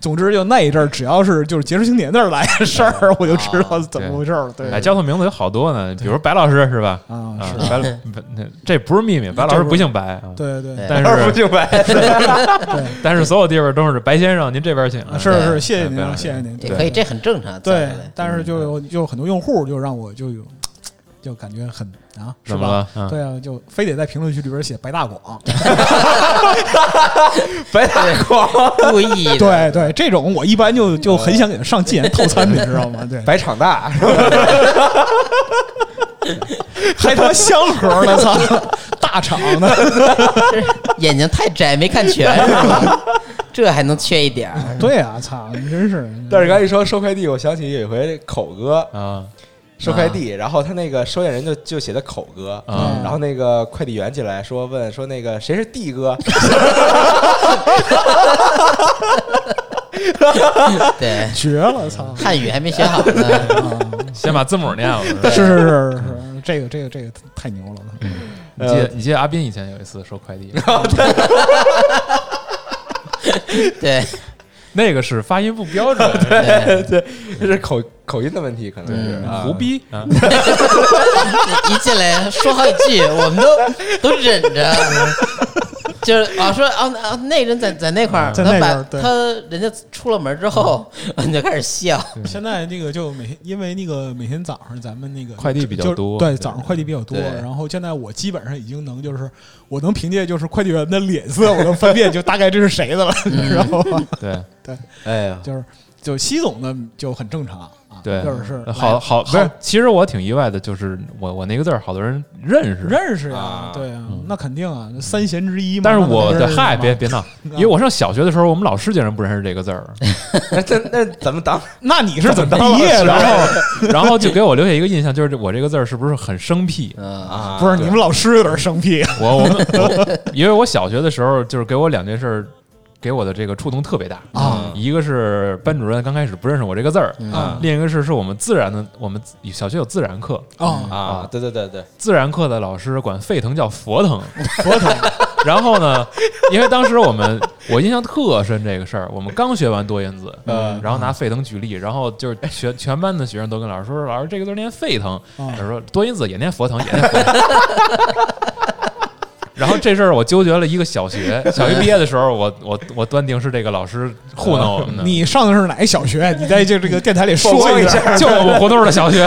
总之就那一阵儿，只要是就是杰出青年那儿来的事儿，我就知道啊怎么回事儿了。对哎，嗯交错名字有好多呢，比如白老师是吧？啊啊，是，白 不那这不是秘密，白老师不姓白啊，对对 对但二 不是敬白，但是所有地方都是白先生，您这边请。啊啊是对是，谢谢对对嗯您，谢谢您。也可以，这很正常。对在的，但是就有就有很多用户就让我就有就感觉很啊，是怎么吧？了？嗯对啊，就非得在评论区里边写白大广，白大褂，故意的，对对，这种我一般就就很想给他上禁言套餐，你知道吗？对，白场大，还他妈香盒呢，操， 大厂的， 眼睛太窄没看全是吧？这还能缺一点儿？对啊，操，你真是。 但是刚才一说收快递，我想起有一回口哥啊收快递，然后他那个收件人就就写的口哥，啊然后那个快递员进来说问说那个谁是弟哥，对，绝了，操！汉语还没学好呢。先把字母念了。是是是是是，这个这个这个太牛了！ 你记得你记得阿斌以前有一次收快递，对那个是发音不标准，对，这是口口音的问题，可能是啊胡逼啊！一进来说好几句，我们都都忍着。就是啊，说啊那啊，那人在在那块儿，在他那边把儿对他人家出了门之后，你就开始笑。现在那个就每天，因为那个每天早上咱们那个快递比较就多对，对早上快递比较多。对然后现在我基本上已经能就是，我能凭借就是快递员的脸色，我能分辨就大概这是谁的了，你嗯 知道吗？对哎呀，就是就西总的就很正常啊，对呃就是来好好不是，其实我挺意外的，就是我我那个字儿好多人认识，认识呀啊，对啊嗯，那肯定啊，三贤之一嘛。但是我的的嗨，别别闹，因为我上小学的时候，我们老师竟然不认识这个字儿，那那那咱们当那你是怎么啊毕业然的？后然后就给我留下一个印象，就是我这个字儿是不是很生僻？嗯，啊 不是你们老师有点生僻，啊我我们我，因为我小学的时候就是给我两件事儿，给我的这个触动特别大啊一个是班主任刚开始不认识我这个字儿，啊另一个是是我们自然的，我们小学有自然课，啊啊，对对对对，自然课的老师管沸腾叫佛腾，佛腾。 然后呢，因为当时我们我印象特深这个事儿，我们刚学完多音字，嗯然后拿沸腾举例，然后就是全全班的学生都跟老师说，老师这个字念沸腾，啊他说多音字也念佛腾，也 念佛腾。然后这事儿我纠结了一个小学，小学毕业的时候，我我我断定是这个老师糊弄我们的。嗯你上的是哪个小学？你在这这个电台里说下，就我们胡同的小学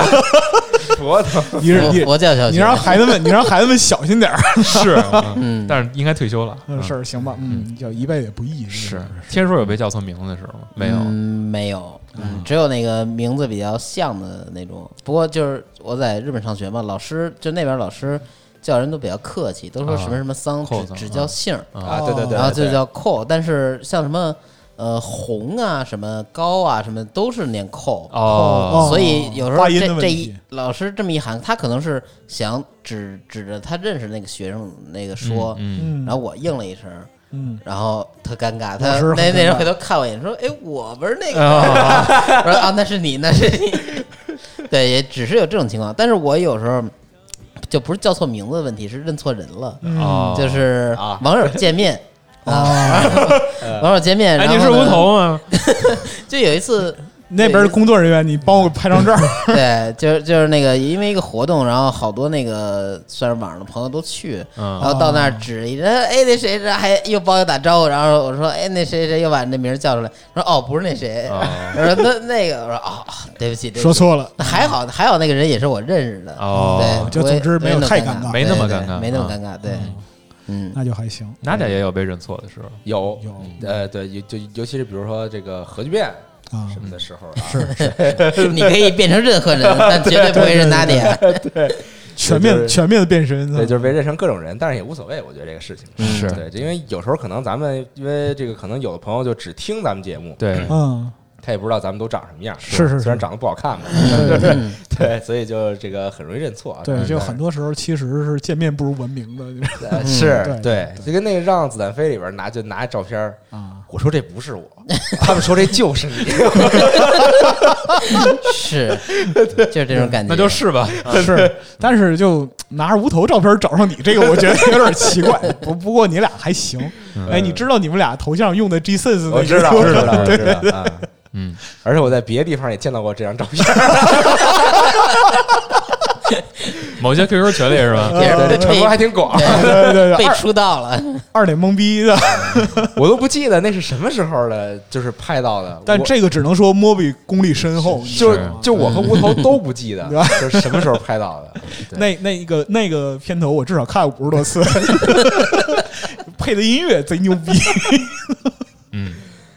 佛头 你是佛你佛教小学，你让孩子们，你让孩子们小心点儿。是，嗯嗯， 但是应该退休了。嗯嗯，是行吧？嗯，叫一辈子也不易。是，天叔有被叫错名字的时候吗？没有，嗯，没有，嗯，只有那个名字比较像的那种。不过就是我在日本上学嘛，老师就那边老师叫人都比较客气，都说什么什么桑，扣只桑只啊叫姓儿，啊啊，对对对，然后就对叫扣。但是像什么呃红啊、什么高啊、什么都是念扣。哦，所以有时候发音的这问这题一老师这么一喊，他可能是想指指着他认识那个学生那个说，嗯，嗯，然后我应了一声，嗯，然后特尴尬，老他师很那那尴人尬哦回头看我一眼，说：“哎，我不是那个。啊 我说：“啊，那是你，那是你。” 对，也只是有这种情况，但是我有时候就不是叫错名字的问题，是认错人了，哦就是啊网友见面。 啊，网友见面，哎，然后你是呢无头吗？就有一次，那边的工作人员，你帮我拍张照。对，就是就是那个，因为一个活动，然后好多那个算是网上的朋友都去，然嗯，后到那儿指一人，哎，那谁谁还又帮我打招呼，然后我说，哎，那谁谁又把那名儿叫出来，说哦，不是那谁，哦 我说那那个，我说哦，对不起，对说不起，错了，还好还好那个人也是我认识的，哦对，就我也总之没有那么太尴尴尬没那么对尴尬对没那么啊尴尬，对，嗯，那就还行。娜姐也有被认错的时候，有有呃对，尤就尤其是比如说这个核聚变啊什么的时候啊， 你可以变成任何 人，但绝对不会是娜姐，全面就是全面的变身，对，就是被认成各种人，但是也无所谓，我觉得这个事情嗯是对，因为有时候可能咱们因为这个，可能有的朋友就只听咱们节目， 对，嗯，他也不知道咱们都长什么样，是是虽然是，长得不好看嘛，嗯 对，所以就这个很容易认错啊，对，就很多多时候其实是见面不如闻名的嗯是对对，就跟那个《让子弹飞》里边拿就拿照片儿，啊。我说这不是我，他们说这就是你， 是，就是这种感那觉，就是吧，啊 是，但是就拿着无头照片找上你，这个我觉得有点奇怪。不不过你俩还行，哎，你知道你们俩头像用的 G Sense 嗯我知道，我知道，我知道啊。嗯，而且我在别的地方也见到过这张照片，某些 QQ 群里是吧？也对，这是传播还挺广， 对对被对，二出道了，二脸懵逼的。 我都不记得那是什么时候的，就是拍到的。但我这个只能说摸比功力深厚，就是就我和吴头都不记得对吧，就是什么时候拍到的。对那那个那个片头我至少看过五十多次， 配的音乐贼牛逼。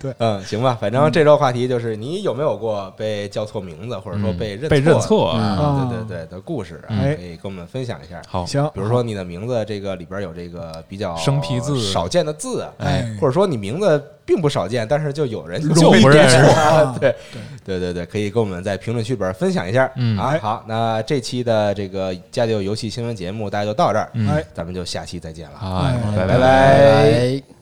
嗯，嗯，行吧，反正这周话题就是你有没有过被叫错名字，或者说嗯认被被认错啊。嗯啊啊？对对对的故事啊，哎可以跟我们分享一下。好，行，比如说你的名字这个里边有这个比较生僻字少见的字啊，哎或者说你名字并不少见，但是就有人就会不认识念错啊对对对对，可以跟我们在评论区里边分享一下。嗯啊，好，那这期的这个家里有游戏新闻节目大家就到这儿，嗯哎咱们就下期再见了。好，哎拜拜拜。拜拜拜